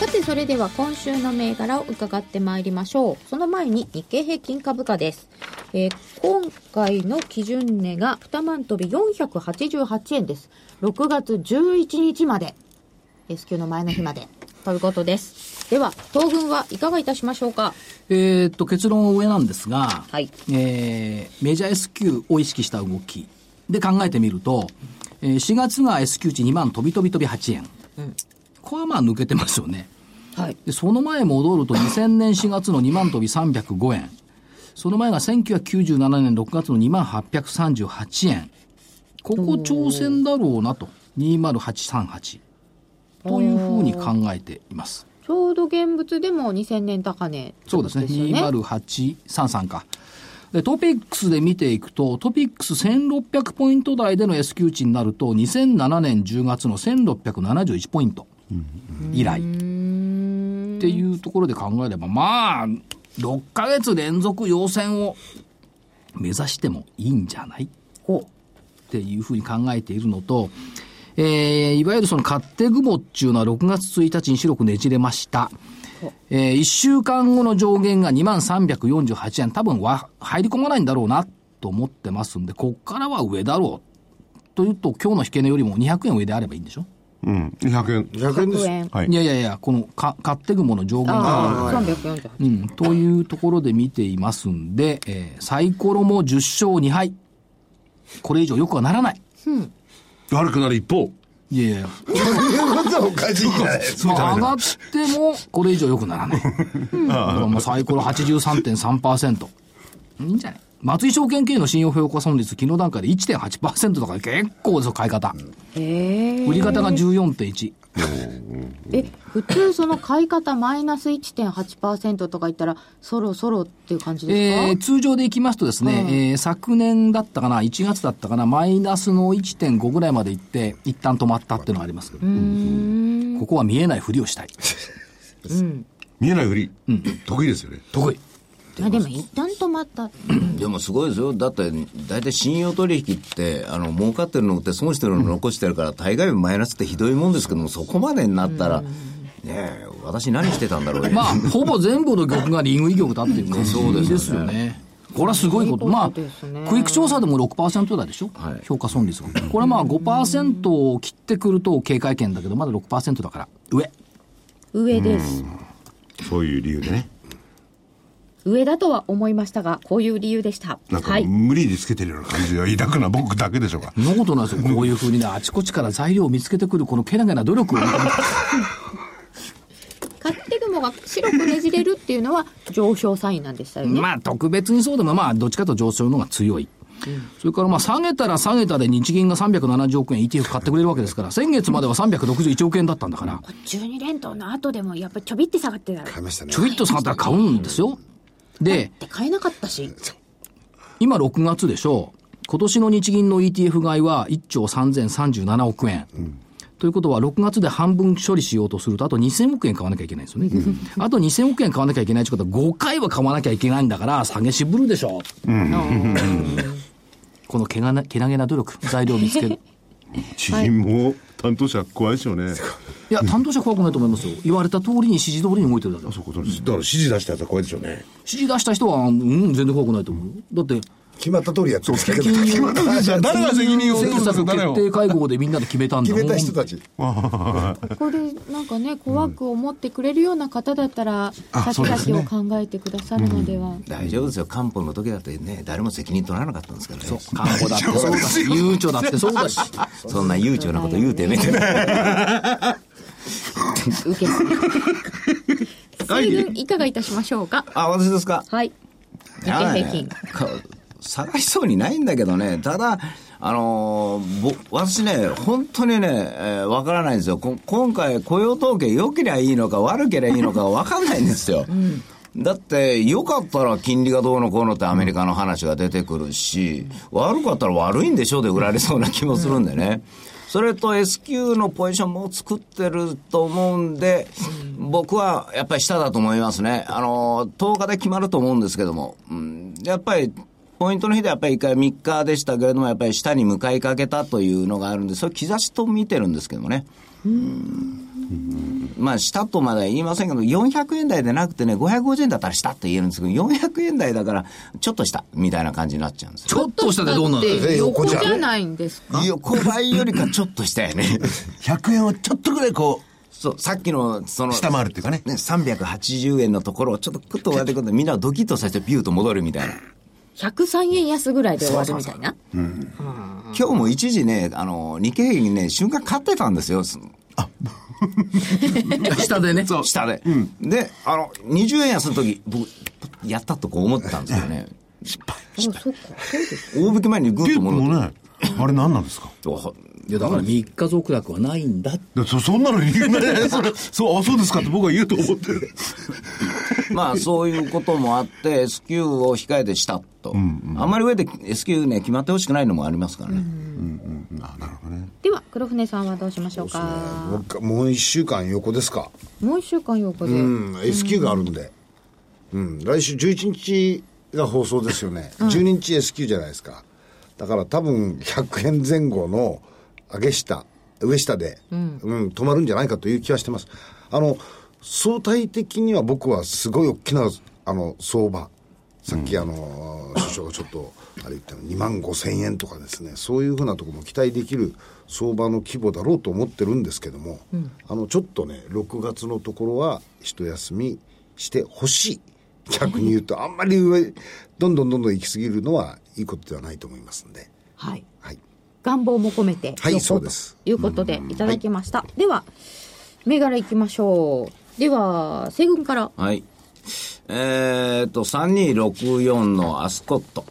Speaker 8: さてそれでは今週の銘柄を伺ってまいりましょう。その前に日経平均株価です。えー今回の基準値が2万飛び488円です。6月11日まで。S q の前の日まで。ということです。では、東軍はいかがいたしましょうか
Speaker 2: えーっと、結論は上なんですが、
Speaker 8: はい
Speaker 2: えーメジャー S q を意識した動きで考えてみると、えー4月が S q 値2万飛び飛び飛び8円。これはまあ抜けてますよね。
Speaker 8: はい。
Speaker 2: で、その前戻ると2000年4月の2万飛び305円。その前が1997年6月の2万838円。ここ挑戦だろうなと。20838。というふうに考えています。
Speaker 8: ちょうど現物でも2000年高値。
Speaker 2: そうですね。
Speaker 8: よね
Speaker 2: 20833か。で、トピックスで見ていくと、トピックス1600ポイント台での S q 値になると、2007年10月の1671ポイント以来。っていうところで考えれば、まあ、6ヶ月連続要線を目指してもいいんじゃないっていうふうに考えているのと、えーいわゆるその勝手雲っていうのは6月1日に白くねじれました。えー、1週間後の上限が2万348円、多分は入り込まないんだろうなと思ってますんで、こっからは上だろう。というと、今日の引け値よりも200円上であればいいんでしょ、
Speaker 5: うん。100円。
Speaker 4: 100円です
Speaker 8: 100円。
Speaker 5: はい
Speaker 2: い、。やいやいや、このか勝手雲の上限が
Speaker 8: ああ、348。
Speaker 2: うん、というところで見ていますんで、えーサイコロも10勝2敗。これ以上良くはならない。
Speaker 5: 悪くなる一方。
Speaker 2: いやいや、
Speaker 4: いうことはおかしいじ ゃないですか。
Speaker 2: まあ、上がっても、これ以上良くならない。うんだからもうサイコロ83.3%。いいんじゃない松井証券経営の信用評価損率、昨日段階で1.8%だから結構ですよ、買い方。
Speaker 8: え
Speaker 2: 売り方が14.1。
Speaker 8: え、普通その買い方マイナス1.8%とか言ったら、そろそろっていう感じですか、
Speaker 2: えー通常でいきますとですね、えー昨年だったかな、1月だったかな、マイナスの1.5ぐらいまで行って、一旦止まったっていうのはありますけど、ここは見えないふりをしたい。
Speaker 5: 見えないふり。得意ですよね。
Speaker 2: 得意。
Speaker 8: まあでも一旦止まった。
Speaker 3: でもすごいですよ。だって、大体信用取引って、あの、儲かってるの売って損してるの残してるから、大概マイナスってひどいもんですけども、そこまでになったら、ねえ、私何してたんだろうね
Speaker 2: まあ、ほぼ全部の曲がリングイ曲だっていう 感じですよね。これはすごいこと。まあ、クイック調査でも6%台でしょ、
Speaker 3: はい
Speaker 2: 評価損率が。これまあ5%を切ってくると警戒権だけど、まだ6%だから、 上。
Speaker 8: 上です。
Speaker 5: そういう理由でね。
Speaker 8: 上だとは思いましたが、こういう理由でした。
Speaker 5: なん
Speaker 8: は
Speaker 5: か、
Speaker 8: い。
Speaker 5: 無理につけてるような感じが抱くのは僕だけでしょうか。
Speaker 2: そんなことないですよ。こういうふうにね、あちこちから材料を見つけてくる、このけなげな努力を。
Speaker 8: 勝手雲が白くねじれるっていうのは上昇サインなんでしたよね。
Speaker 2: まあ特別にそうでもまあどっちかというと上昇の方が強い。それからまあ下げたら下げたで日銀が370億円 ETF 買ってくれるわけですから、先月までは361億円だったんだから、
Speaker 1: 12連投の後でもやっぱりちょびって下がってたら
Speaker 4: 買いましたね
Speaker 2: ち。ょびっと下がったら買うんですよ。で、
Speaker 1: で買えなかったし
Speaker 2: 今6月でしょう。今年の日銀の ETF 買いは1兆3037億円。ということは、6月で半分処理しようとすると、あと2000億円買わなきゃいけないんですよね。あと2000億円買わなきゃいけないってことは、5回は買わなきゃいけないんだから、下げ渋るでしょ。このけがな、けなげな努力、材料を見つける。
Speaker 5: 知人も担当者怖いですよね。
Speaker 2: いや、担当者怖くないと思いますよ。言われた通りに指示通りに動いてるだけだ
Speaker 5: そういうことです。だから指示出したやつは怖いですよね。
Speaker 2: 指示出した人は、うん、全然怖くないと思うよ。だって、
Speaker 4: 決まった通りやってるけど。決まった通りじゃ
Speaker 5: 誰
Speaker 4: ない
Speaker 5: が責任を負うんで
Speaker 2: 政
Speaker 5: す
Speaker 2: 策
Speaker 5: か、誰
Speaker 2: 決
Speaker 5: を。
Speaker 2: 定会合でみんなで決めたんだ
Speaker 4: 決
Speaker 2: もん。
Speaker 4: めた人たち。
Speaker 8: ここでなんかね、怖く思ってくれるような方だったら、先々を考えてくださるのでは。
Speaker 3: 大丈夫ですよ。漢方の時だってね、誰も責任取らなかったんですからね。 そ
Speaker 2: 看護だってそうだし、悠長だってそう だし。
Speaker 3: んな悠長なこと言うてね。
Speaker 8: 受け付け。西軍いかがいたしましょうか
Speaker 3: あ、私ですか。
Speaker 8: はい。日経平均。
Speaker 3: か探しそうにないんだけどね、ただ、あのーぼ私ね、本当にね、えーわ、からないんですよ、こ今回、雇用統計、良けりゃいいのか、悪けりゃいいのか、わかんないんですよ。だって、良かったら金利がどうのこうのってアメリカの話が出てくるし、悪かったら悪いんでしょうで売られそうな気もするんでね。それと S q のポジションも作ってると思うんで、僕はやっぱり下だと思いますね。あの、10日で決まると思うんですけども、うん、やっぱり、ポイントの日でやっぱり1回3日でしたけれども、やっぱり下に向かいかけたというのがあるんで、それ兆しと見てるんですけどもね。まあ、したとまでは言いませんけど、400円台でなくてね、550円だったらしたって言えるんですけど、400円台だから、ちょっとした、みたいな感じになっちゃうんです
Speaker 2: ちょっとしたでどうなの
Speaker 1: だって横
Speaker 4: 横じ
Speaker 1: じ
Speaker 4: ゃん
Speaker 1: ゃないんですか
Speaker 3: よ。横ばいよりかちょっとしたよ ね。
Speaker 9: 100円をちょっとぐらいこ
Speaker 3: そう、さっきの、その、
Speaker 9: う、下回るっていうかね。
Speaker 3: ね、380円のところをちょっとクッと割ってくると、みんなドキッとさせてビューと戻るみたいな。
Speaker 1: 103円安ぐらいで終わるみたいな
Speaker 3: 今日も一時ね、あの、日経平均ね、瞬間買ってたんですよ。
Speaker 2: 下でね。
Speaker 3: 下で、で、あの、20円安の時、僕、やったとこう思ったんですよね。大引き前にグ
Speaker 5: ピ
Speaker 3: ッ
Speaker 5: ュッと
Speaker 3: と戻
Speaker 5: もね、あれ何なんですか
Speaker 3: って。
Speaker 2: いや、だから3日続落はないんだって。
Speaker 5: だそそんなの理由 ない。それ、そう、あ、そうですかって僕は言うと思ってる。
Speaker 3: まあ、そういうこともあって、S q を控えてしたと。あんまり上で S q ね、決まってほしくないのもありますからね。
Speaker 8: では黒船さんはどうしましょうか
Speaker 4: もう一回もう1週間横ですか
Speaker 8: もう1週間横で、
Speaker 4: うん、S q があるんで、うん、来週11日が放送ですよね、12日 S q じゃないですか、だから多分100円前後の上げ下、上下で、うん止まるんじゃないかという気はしてます。あの相対的には僕はすごい大きなあの相場、さっきあの、首相がちょっとあれ言ったの2万5千円とかですねそういうふうなところも期待できる相場の規模だろうと思ってるんですけども、あのちょっとね6月のところは一休みしてほしい逆に言う とあんまり上どんどんどんどん行き過ぎるのはいいことではないと思いますんで
Speaker 8: はい
Speaker 4: はい
Speaker 8: 願望も込めて
Speaker 4: はい
Speaker 8: 旅行
Speaker 4: そうです
Speaker 8: ということでいただきました、では銘柄いきましょうでは西軍から
Speaker 3: はい。えーっと、3264のアスコット。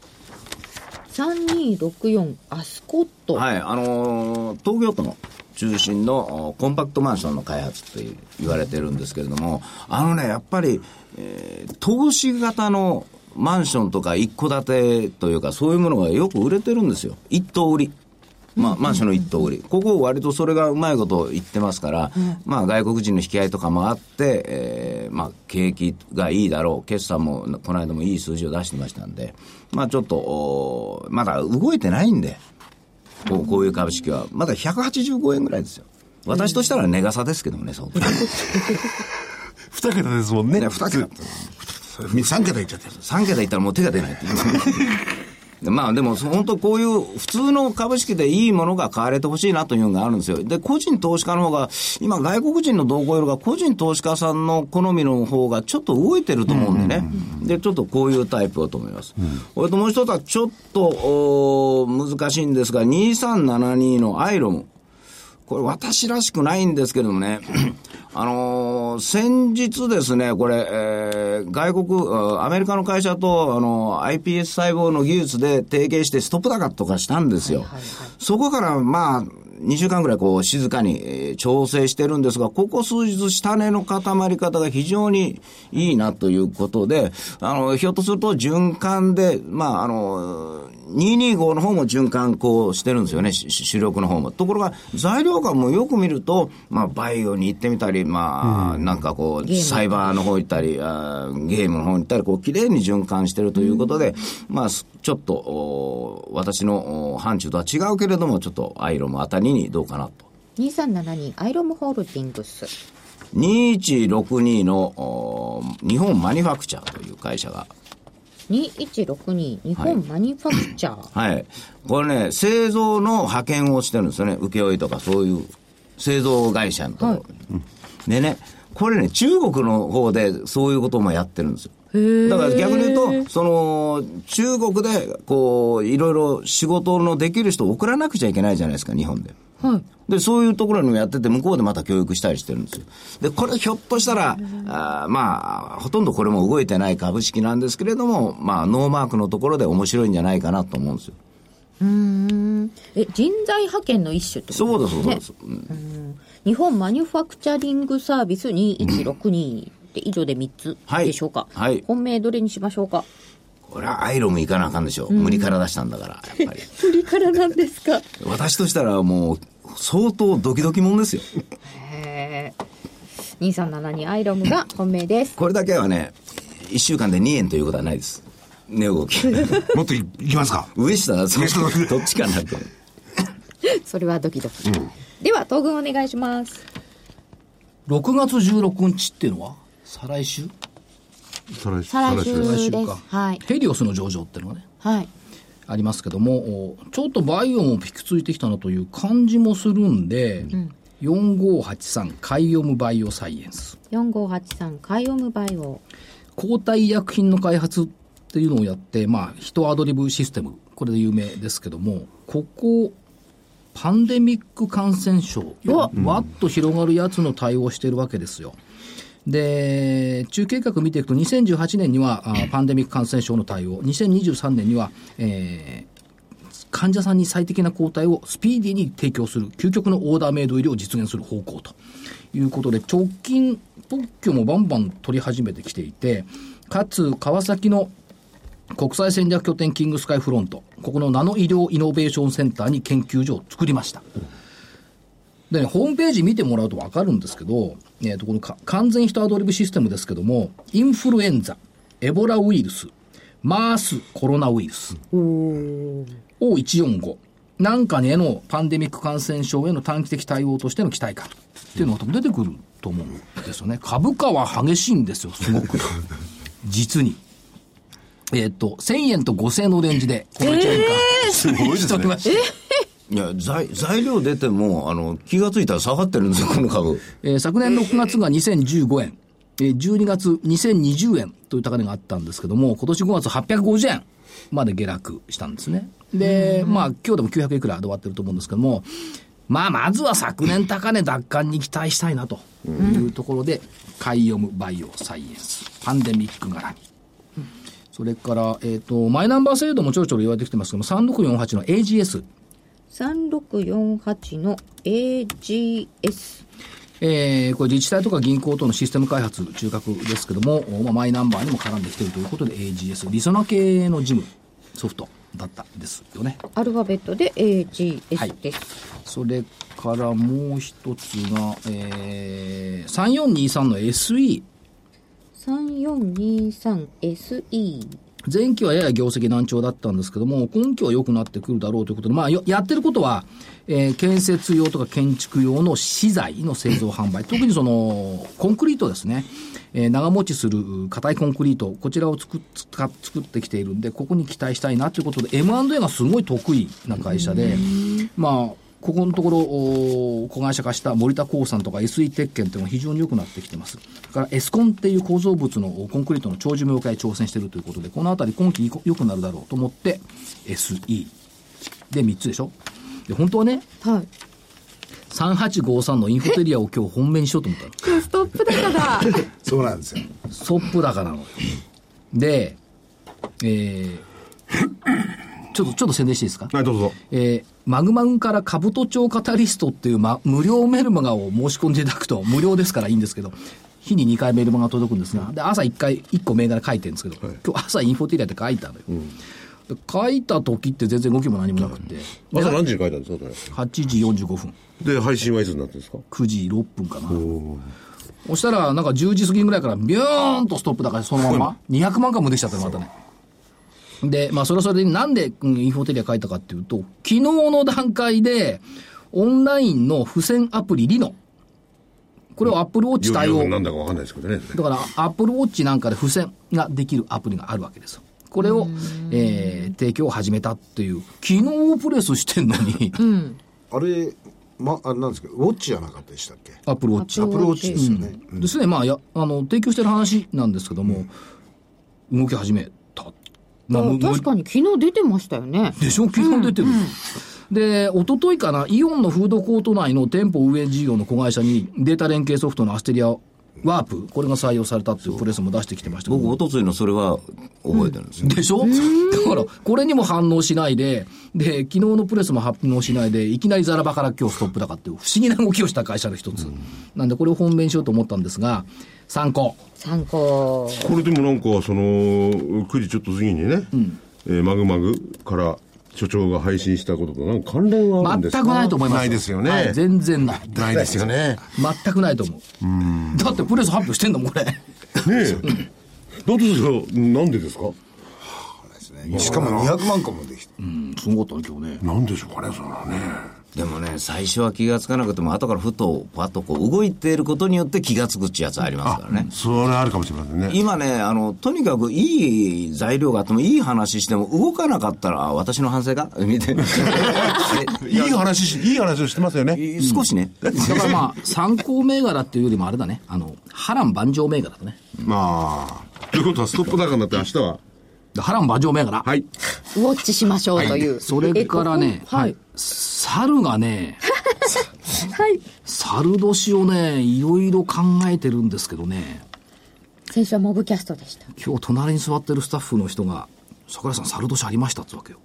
Speaker 8: 3264アスコット、
Speaker 3: はい、あのー東京都の中心のおコンパクトマンションの開発という言われてるんですけれども、あのね、やっぱり、えー投資型のマンションとか一戸建てというか、そういうものがよく売れてるんですよ。一棟売り。まあ、マンションの一棟売り。ここ割とそれがうまいこと言ってますから、まあ、外国人の引き合いとかもあって、えーまあ、景気がいいだろう。決算も、この間もいい数字を出してましたんで、まあ、ちょっと、おーまだ動いてないんで、こうこういう株式は、まだ185円ぐらいですよ。私としたら値傘ですけどもね、相当。
Speaker 9: 二桁ですもんね。
Speaker 3: ね二桁
Speaker 9: それ三桁いっちゃってる。
Speaker 3: 3桁いったらもう手が 出ないっていう。まあでも、そ本当こういう普通の株式でいいものが買われてほしいなというのがあるんですよ。で、個人投資家の方が、今外国人の動向よりか個人投資家さんの好みの方がちょっと動いてると思うんでね。で、ちょっとこういうタイプをと思います。これともう一つはちょっと、おー難しいんですが、2372のアイロム。これ私らしくないんですけれどもね、 あのー先日ですね、これ、えー外国、あアメリカの会社と、あのー iPS 細胞の技術で提携してストップ高とかしたんですよ。そこから、まあ、2週間ぐらいこう静かにえー調整してるんですが、ここ数日下値の固まり方が非常にいいなということで、あの、ひょっとすると循環で、まあ、あの、225の方も循環こうしてるんですよね、しし主力の方も。ところが、材料がもよく見ると、まあ、バイオに行ってみたり、まあ、なんかこう、サイバーの方行ったり、あーゲームの方に行ったり、こう、綺麗に循環してるということで、まあ、すちょっと、お私のお範疇とは違うけれども、ちょっと、アイロンもあたりにどうかなと。
Speaker 8: 2372アイロムホールディングス
Speaker 3: 2162のお日本マニファクチャーという会社が
Speaker 8: 2162日
Speaker 3: はい
Speaker 8: 本マニファクチャー、
Speaker 3: はい。これね、製造の派遣をしてるんですよね。請負とかそういう製造会社のところ、でね、これね、中国の方でそういうこともやってるんですよ。だから逆に言うと、その、中国で、こう、いろいろ仕事のできる人を送らなくちゃいけないじゃないですか、日本で。で、そういうところにもやってて、向こうでまた教育したりしてるんですよ。で、これひょっとしたら、あーまあ、ほとんどこれも動いてない株式なんですけれども、まあ、ノーマークのところで面白いんじゃないかなと思うんですよ。
Speaker 8: え人材派遣の一種ってこと
Speaker 3: そうだそうだそうだ。
Speaker 8: 日本マニファクチャリングサービス2162で以上で3つ
Speaker 3: はい
Speaker 8: でしょうか、
Speaker 3: はい
Speaker 8: 本命どれにしましょうか
Speaker 3: これはアイロム行かなあかんでしょ。無理から出したんだから、やっぱり。
Speaker 8: 振りからなんですか
Speaker 3: 私としたらもう、相当ドキドキもんですよ。
Speaker 8: へえ2372アイロムが本命 です
Speaker 3: これだけはね、1週間で2円ということはないです。値動き。
Speaker 9: もっといいきますか。
Speaker 3: 上下だ、そう どっちかなと。
Speaker 8: それはドキドキ、では東軍お願いします
Speaker 2: 6月16日っていうのは再来週
Speaker 5: 再来週
Speaker 1: 再来
Speaker 5: です
Speaker 1: 週です。はい。
Speaker 2: ヘリオスの上場っていうのがね
Speaker 1: はい。
Speaker 2: ありますけどもおちょっとバイオも引きついてきたなという感じもするんで、4583カイオムバイオサイエンス
Speaker 1: 4583カイオムバイオ。
Speaker 2: 抗体医薬品の開発っていうのをやって、まあ、人アドリブシステム、これで有名ですけども、ここ、パンデミック感染症、わっと広がるやつの対応をしているわけですよ。で、中計画見ていくと、2018年にはあパンデミック感染症の対応、2023年には、えー患者さんに最適な抗体をスピーディーに提供する、究極のオーダーメイド医療を実現する方向ということで、直近特許もバンバン取り始めてきていて、かつ、川崎の国際戦略拠点キングスカイフロント、ここのナノ医療イノベーションセンターに研究所を作りました。でね、ホームページ見てもらうと分かるんですけど、えー、とこのか完全人アドリブシステムですけども、インフルエンザ、エボラウイルス、マースコロナウイルス、O145 なんかにへのパンデミック感染症への短期的対応としての期待感っていうのが出てくると思うんですよね。株価は激しいんですよ、すごく。 実に。えーっ、と、1000円と5000円のレンジで、この1年間、
Speaker 9: すごい ですね。
Speaker 3: いや材材料出てもあの気がついたら下がってるんですよこの株
Speaker 2: えー昨年6月が2015円、えー12月2020円という高値があったんですけども、今年5月850円まで下落したんですね。で、まあ今日でも900いくらで終わってると思うんですけども、まあまずは昨年高値奪還に期待したいなというところで、カイオムバイオサイエンス、パンデミック絡み。それから、えっ、と、マイナンバー制度もちょろちょろ言われてきてますけども、3648の AGS。
Speaker 8: 3648の AGS。
Speaker 2: えーこれ自治体とか銀行とのシステム開発中核ですけども、おまあ、マイナンバーにも絡んできているということで AGS リソナ系の事務ソフトだったですよね
Speaker 8: アルファベットで AGS
Speaker 2: はい
Speaker 8: です。
Speaker 2: それからもう一つが、えー、3423の SE
Speaker 8: 3423SE。
Speaker 2: 前期はやや業績難聴だったんですけども、今期は良くなってくるだろうということで、まあ、よやってることは、えー建設用とか建築用の資材の製造販売、特にその、コンクリートですね、えー長持ちするう硬いコンクリート、こちらを作っ使っ作ってきているんで、ここに期待したいなということで、M&A がすごい得意な会社で、まあ、ここのところ、おー子会社化した森田興産とか SE 鉄拳というのが非常に良くなってきてます。それからエスコンっていう構造物のおコンクリートの長寿命化へ挑戦しているということで、このあたり今期良くなるだろうと思って、SE。で、3つでしょで、本当はね、
Speaker 1: はい。
Speaker 2: 3853のインフォテリアを今日本命にしようと思ったの。
Speaker 1: ストップ高だ。
Speaker 4: そうなんですよ。
Speaker 2: ストップ高なのよ。で、えー、ちょっと、ちょっと宣伝していいですか
Speaker 5: はいどうぞ
Speaker 2: えーマグマグから兜町カタリストっていう、ま、無料メルマガを申し込んでいただくと、無料ですからいいんですけど、日に2回メルマガが届くんですが、で朝1回、1個銘柄書いてるんですけど、今日朝インフォテリアって書いたのよ。で書いた時って全然動きも何もなくて、
Speaker 5: 朝何時に書いたんですか
Speaker 2: 8時45分、
Speaker 5: それで配信はいつになってるんですか
Speaker 2: 9時6分かな。そしたら、なんか10時過ぎぐらいから、ビューンとストップだから、そのまま、200万株もできちゃったのまたね。で、まあ、それはそれで、なんで、うんインフォテリア書いたかっていうと、昨日の段階で、オンラインの付箋アプリリノ。これを Apple Watch 対応。
Speaker 5: 夜なんだかわかんないですけどね
Speaker 2: だから、アップルウォッチなんかで付箋ができるアプリがあるわけですよ。これを、えー提供を始めたっていう、昨日プレスしてんのに、
Speaker 4: あれ、ま、あれなんですけど、ウォッチじゃなかったでしたっけ
Speaker 2: アップルウォッチ。
Speaker 4: アプローチですよね。
Speaker 2: ですね、まあ、やあの提供してる話なんですけども、動き始めた。なむ
Speaker 1: 確かに昨日出てましたよね。
Speaker 2: でしょ基本出てる、で、一昨日かな、イオンのフードコート内の店舗運営事業の子会社にデータ連携ソフトのアステリアワープ、これが採用されたっていうプレスも出してきてましたけど
Speaker 3: 僕一昨日のそれは覚えてるんですよ、
Speaker 2: でしょだから、これにも反応しないで、で、昨日のプレスも発応しないで、いきなりザラバから今日ストップ高っていう不思議な動きをした会社の一つ。なんで、これを本命にしようと思ったんですが、参考。
Speaker 8: 参考。
Speaker 5: これでもなんかその9時ちょっと過ぎにね、えーマグマグから所長が配信したこととなんか関連がある
Speaker 2: 全
Speaker 5: んです
Speaker 2: くないと思います。
Speaker 9: ないですよね
Speaker 2: はい全然ない。
Speaker 9: ないですよ ね。
Speaker 2: 全くないと思う。だってプレス発表してんだもん、これ。
Speaker 5: ねえだとしたらなんでですか
Speaker 4: しかも200万個もできた。
Speaker 2: すごかったね、今日ね。
Speaker 9: なんでしょうかね、そのね。
Speaker 3: でもね、最初は気がつかなくても、後からふと、パッとこう、動いていることによって気がつくってやつありますからね。
Speaker 5: それあるかもしれませんね。
Speaker 3: 今ね、あの、とにかくいい材料があっても、いい話しても、動かなかったら、あ私の反省か みたいな。
Speaker 5: いい話し、いい話をしてますよね。
Speaker 3: え少しね。
Speaker 2: だからまあ、参考銘柄っていうよりもあれだね、あの、波乱万丈銘柄だね。
Speaker 5: まあ。ということは、ストップ高になって明日は、
Speaker 2: で波乱万丈銘柄。
Speaker 5: はい。
Speaker 8: ウォッチしましょうという。
Speaker 2: それからね、
Speaker 8: えここはい。
Speaker 2: 猿がね、猿年をね、いろいろ考えてるんですけどね、
Speaker 8: 先週はモブキャストでした。
Speaker 2: 今日隣に座ってるスタッフの人が、桜井さん、猿年ありましたってわけよ。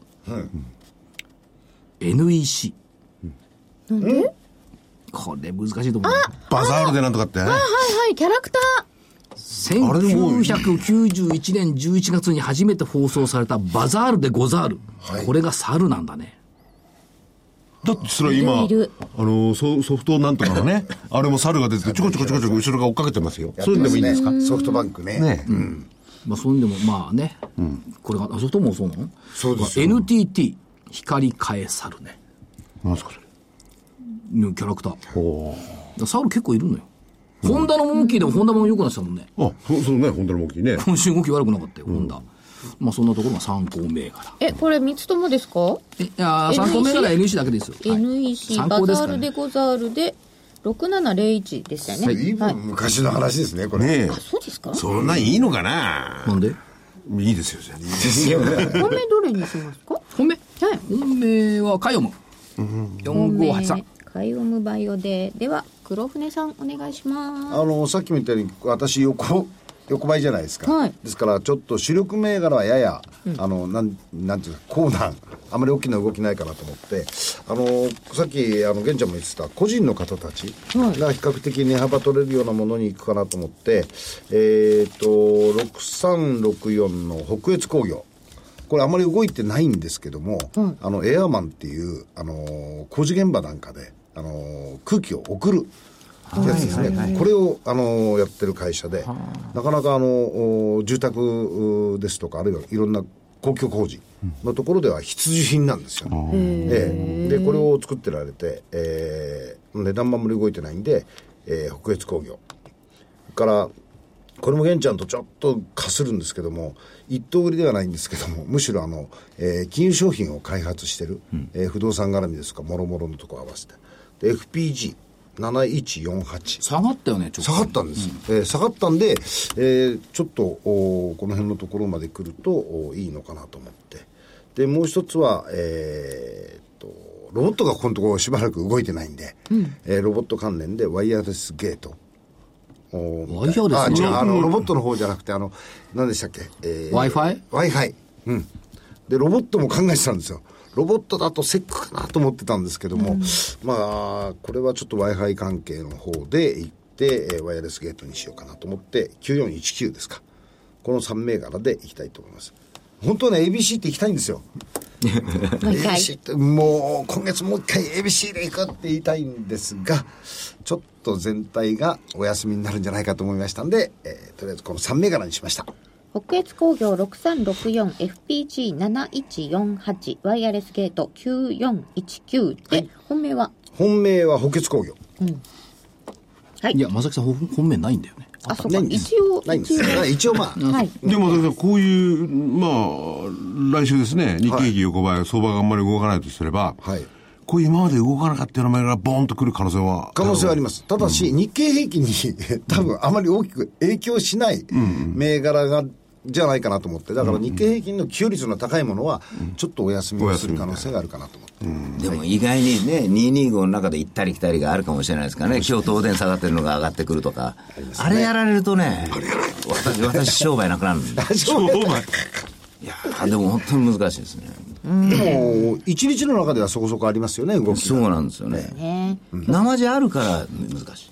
Speaker 2: NEC。これ難しいと思うな。
Speaker 5: バザールでなんとかって。
Speaker 8: はいはい、キャラクター。
Speaker 2: 1991年11月に初めて放送されたバザールでござる。これが猿なんだね。
Speaker 5: だってそれ今、あ
Speaker 8: いるいる
Speaker 5: の、ソソフトなんとかの ね、あれも猿が出てて、ちょこちょこちょこちょこ後ろが追っかけてますよ。そういうのでもいいんですか
Speaker 4: ねソフトバンクね。
Speaker 5: ねえ。
Speaker 2: まあ、そういうのも、まあね、これが、あ、それともそうなの
Speaker 4: そうですよ
Speaker 2: NTT、光変え猿ね。
Speaker 5: なんですかそれ。
Speaker 2: のキャラクター。猿結構いるのよ。ホンダのモンキーでもホンダも良くなってたもんね。
Speaker 5: あ、そうそうね、本当に大きいね。
Speaker 2: 今週動き悪くなかったよ、ホンダ。まあ、そんなところが参考銘柄。
Speaker 8: え、これ三つともですか、
Speaker 2: え、いやー参考銘柄は NEC だけですよ。はい
Speaker 8: ?NEC、
Speaker 2: 参
Speaker 8: バ
Speaker 2: 考です
Speaker 8: ザー
Speaker 2: から
Speaker 8: ル
Speaker 2: ね
Speaker 8: でござるで、6701でしたよね。
Speaker 4: 随分昔の話ですね、これ。
Speaker 5: ねえ。
Speaker 8: そうですか
Speaker 5: そんなんいいのかな
Speaker 2: なんで
Speaker 5: いいですよ、じゃあ。
Speaker 8: 本命どれにしますか
Speaker 2: 本命本命はカヨム。4583。
Speaker 8: カイオムバイオで。では、黒船さんお願いします。
Speaker 4: あのさっきも言ったように私横 横ばいじゃないですか、
Speaker 8: はい
Speaker 4: ですからちょっと主力銘柄はやや、あのなんなんていうかコーナーあまり大きな動きないかなと思ってあのさっきあの玄ちゃんも言ってた個人の方たちが比較的値幅取れるようなものに行くかなと思って、えっ、と6364の北越工業これあまり動いてないんですけども、あのエアーマンっていう、あのー工事現場なんかで、あのー空気を送るやつですね、これを、あのーやってる会社で、なかなか、あのーお住宅うですとか、あるいはいろんな公共工事のところでは必需品なんですよ、ねええでこれを作ってられて、えー値段もあんまり動いてないんで、えー北越工業からこれも玄ちゃんとちょっとかするんですけども一等売りではないんですけどもむしろあの、えー金融商品を開発してる、えー不動産絡みですとかもろもろのとこ合わせてで FPG7148
Speaker 2: 下がったよね、ちょっと
Speaker 4: 下がったんです、えー下がったんで、えーちょっとおーこの辺のところまで来るとおーいいのかなと思ってでもう一つはえーっとロボットがここのところしばらく動いてないんで、えーロボット関連でワイヤレスゲートおー
Speaker 2: ワイヤレス
Speaker 4: あ違う
Speaker 2: うん
Speaker 4: あのロボットの方じゃなくてあの何でしたっけ、え
Speaker 2: Wi-Fi？
Speaker 4: Wi-Fi うんでロボットも考えてたんですよロボットだとセックかなと思ってたんですけども、まあこれはちょっと w i f i 関係の方で行って、えーワイヤレスゲートにしようかなと思って9419ですかこの3銘柄でいきたいと思います本当はね ABC って行きたいんですよ
Speaker 8: もう一回。
Speaker 4: ABC ってもう今月もう一回 ABC で行くって言いたいんですがちょっと全体がお休みになるんじゃないかと思いましたんで、えーとりあえずこの3銘柄にしました
Speaker 8: 北越工業 6364FPG7148 ワイヤレスゲート9419で、本命は
Speaker 4: 本命は補欠工業
Speaker 8: はい
Speaker 2: いや、まさきさん、ほ本命ないんだよね。
Speaker 8: あそっか一応
Speaker 4: ないんです
Speaker 8: 一応
Speaker 4: よ一応まあ
Speaker 8: はい
Speaker 5: でも、だからこういう、まあ、来週ですね、日経平均横ばい、相場があんまり動かないとすれば、
Speaker 4: はい
Speaker 5: こう今まで動かなかったような銘柄がボーンと来る可能性は。
Speaker 4: 可能性はあり
Speaker 5: ま
Speaker 4: ます。ただし、日経平均に 多分あまり大きく影響しない銘柄が、じゃないかなと思って。だから日経平均の給与率の高いものは、ちょっとお休みをする可能性があるかなと思 って。
Speaker 3: でも意外にね、225の中で行ったり来たりがあるかもしれないですからね、今日東電下がってるのが上がってくるとか、あれやられるとね、私、私商売なくなるんで、
Speaker 5: す。そうまあ
Speaker 3: いやーでも本当に難しいですね。
Speaker 4: でも、一日の中ではそこそこありますよね、動き
Speaker 3: そ
Speaker 4: が。
Speaker 3: うなんですよね。生地あるから難しい。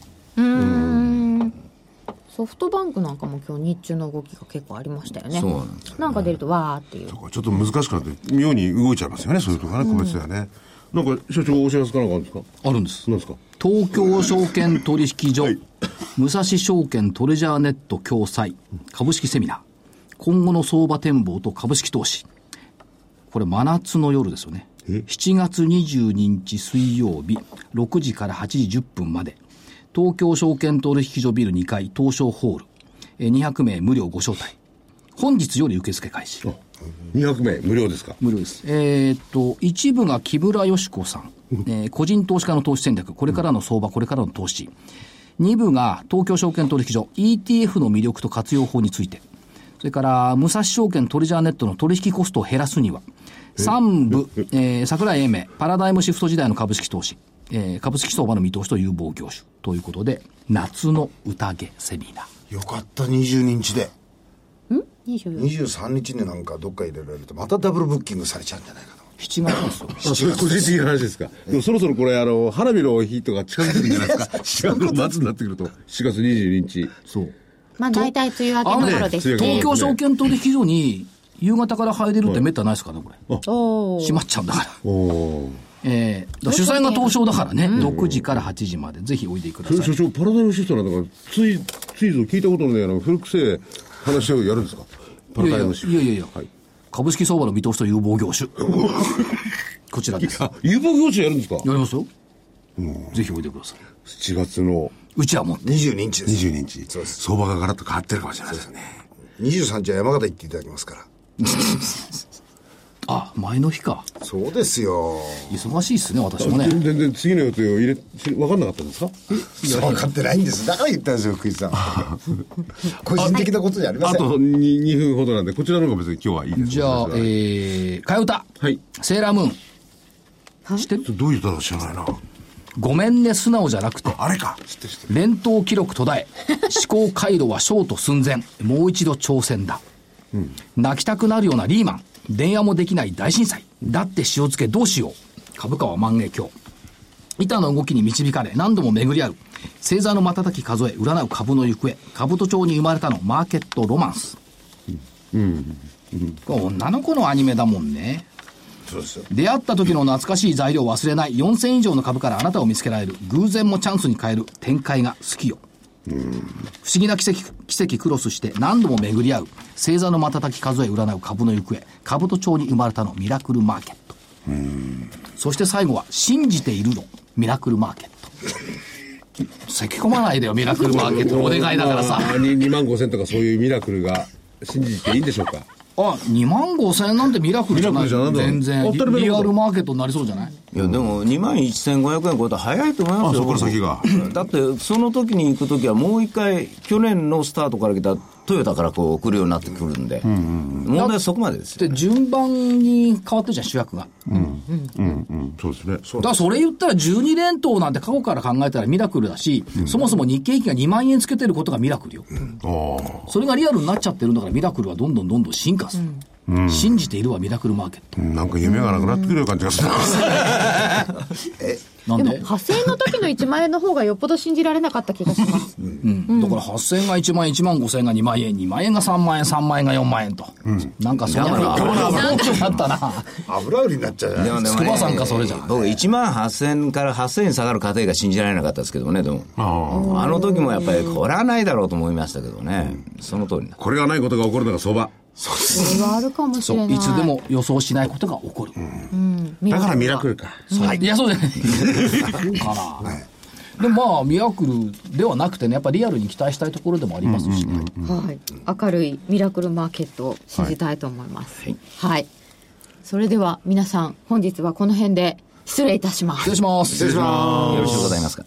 Speaker 8: ソフトバンクなんかも今日日中の動きが結構ありましたよね
Speaker 3: そうなんですよ
Speaker 8: なんか出るとわーっていう
Speaker 5: ちょっと難しくなって、妙に動いちゃいますよね、そういうとこね、個別ではね。なんか、所長、お知らせかなんかあるんですか
Speaker 2: あるんです。
Speaker 5: なんですか
Speaker 2: 東京証券取引所、武蔵証券トレジャーネット共催、株式セミナー、今後の相場展望と株式投資。これ、真夏の夜ですよね。 7月22日水曜日、6時から8時10分まで、東京証券取引所ビル2階東証ホール、えー200名無料ご招待。本日より受付開始。
Speaker 5: 200名無料ですか
Speaker 2: 無料です。えーっと、一部が木村よし子さん、えー個人投資家の投資戦略、これからの相場、これからの投資。二部が東京証券取引所、ETF の魅力と活用法について。それから、武蔵証券トレジャーネットの取引コストを減らすには。三部、えー桜井英明、パラダイムシフト時代の株式投資。えー株式相場の見通しと有望業種ということで、夏の宴セミナー。
Speaker 4: よかった22日で
Speaker 8: 24
Speaker 4: 23日になんかどっか入れられるとまたダブルブッキングされちゃうんじゃないかと
Speaker 2: 7月ですよ。
Speaker 5: それ個人的な話ですか。でもそろそろこれ、あの、花火の日とか近づいてくるんじゃないですか。4月の末になってくると、7月22日。そう。
Speaker 8: まあ大体梅雨明けの頃です
Speaker 5: あのね
Speaker 8: ね
Speaker 2: 東京証券取引所に夕方から入れるってめったにないですからね、これ。
Speaker 8: おー
Speaker 2: 閉まっちゃうんだから。
Speaker 5: おー
Speaker 2: えー、だから主催が東証だからね、6時から8時まで、ぜひおいでくだ
Speaker 5: それ
Speaker 2: さ
Speaker 5: 所
Speaker 2: い。
Speaker 5: 長、パラダイムシフトなんだから、つい、ついぞ聞いたことのないような古くせえ話をやるんですかパ
Speaker 2: い
Speaker 5: ラ
Speaker 2: やい
Speaker 5: ダイ
Speaker 2: や
Speaker 5: ムシフ
Speaker 2: い
Speaker 5: ト。
Speaker 2: やいやいや、
Speaker 5: はい。
Speaker 2: 株式相場の見通しと有望業種。 こちらです。や
Speaker 5: あ、有望業種やるんですか
Speaker 2: りますよ。ぜひおいでください。
Speaker 5: ?7 月の
Speaker 2: うちはもう、
Speaker 4: 22日です
Speaker 5: 22日。相場がガラッと変わってるかもしれないですね。
Speaker 4: 23日は山形行っていただきますか
Speaker 2: あ、前の日か。
Speaker 4: らそうですよ
Speaker 2: 忙しいっすね、私もね。
Speaker 5: 全然次の予定を入れ、分かんなかったんですか
Speaker 4: 分かってないんですだから言ったんですよ福井 さん個人的なことじゃありま
Speaker 5: あ
Speaker 4: せん
Speaker 5: と 2, 2分ほどなんで、こちらの方が別に今日はいいです。
Speaker 2: じゃあ、え
Speaker 5: え
Speaker 2: ー、替え歌。
Speaker 5: はい。
Speaker 2: セーラームーン。知ってる
Speaker 5: どういう歌だか知らないな。
Speaker 2: ごめんね、素直じゃなくて。
Speaker 5: あれか。知ってる知ってる
Speaker 2: 連投記録途絶え思考回路はショート寸前もう一度挑戦だ、泣きたくなるようなリーマン電話もできない大震災だって塩漬けどうしよう株価は万影響板の動きに導かれ何度も巡り合う星座の瞬き数え占う株の行方兜町に生まれたのマーケットロマンス、これ女の子のアニメだもんね
Speaker 4: そうですよ
Speaker 2: 出会った時の懐かしい材料を忘れない4000以上の株からあなたを見つけられる偶然もチャンスに変える展開が好きよ不思議な奇跡奇跡クロスして何度も巡り合う星座の瞬き数え占う株の行方兜町に生まれたのミラクルマーケットそして最後は信じているのミラクルマーケットせき込まないでよミラクルマーケットお願いだからさ
Speaker 5: まあ2 2万5千とかそういうミラクルが信じていいんでしょうか。
Speaker 2: あ2万5000円なんてミラクルじゃない
Speaker 5: ミラクルじゃない
Speaker 2: 全
Speaker 5: 当
Speaker 2: 然
Speaker 5: たり前のこと
Speaker 2: リアルマーケットになりそうじゃない
Speaker 3: いやでも2万1500円超えたら早いと思いますよ
Speaker 5: あそっから先が
Speaker 3: 僕だってその時に行く時はもう一回去年のスタートから来たトヨタからこう来るようになってくるんで、問題はそこまでです
Speaker 2: で
Speaker 3: よ
Speaker 2: 順番に変わってるじゃん主役が
Speaker 5: そうですね。そ
Speaker 2: だからそれ言ったら12連投なんて過去から考えたらミラクルだし、そもそも日経平均が2万円つけてることがミラクルよ、それがリアルになっちゃってるんだからミラクルはどんどんどんどん進化する、信じているはミラクルマーケット
Speaker 5: なんか夢がなくなってくるような感じがする。
Speaker 2: なんで
Speaker 8: でも派生の時の1万円の方がよっぽど信じられなかった気がしま す
Speaker 2: うんだから8000円が1万円1万5000円が2万円2万円が3万円3万円が4万円と、なんかそんな
Speaker 3: だから
Speaker 2: なんかなったな
Speaker 4: 油売りになっちゃうじゃない
Speaker 3: でもでも
Speaker 2: 筑波山かそれじゃ
Speaker 3: 僕1万8000から8000円下がる過程が信じられなかったですけどねでもあの時もやっぱりこれはないだろうと思いましたけどね、その通り だ
Speaker 5: これがないことが起こるのが相場。
Speaker 8: それはあるかもし
Speaker 2: そ
Speaker 8: れな
Speaker 2: う
Speaker 8: い
Speaker 2: いつでも予想しないことが起こる、
Speaker 5: だからミラクルか。
Speaker 2: そうい、やそうじゃないかな、 でもまあミラクルではなくてねやっぱリアルに期待したいところでもありますしね、
Speaker 8: はい、明るいミラクルマーケットを信じたいと思います。はい、それでは皆さん本日はこの辺で失礼いたしま
Speaker 2: 失
Speaker 8: す
Speaker 2: 礼します
Speaker 3: よろしゅうございますか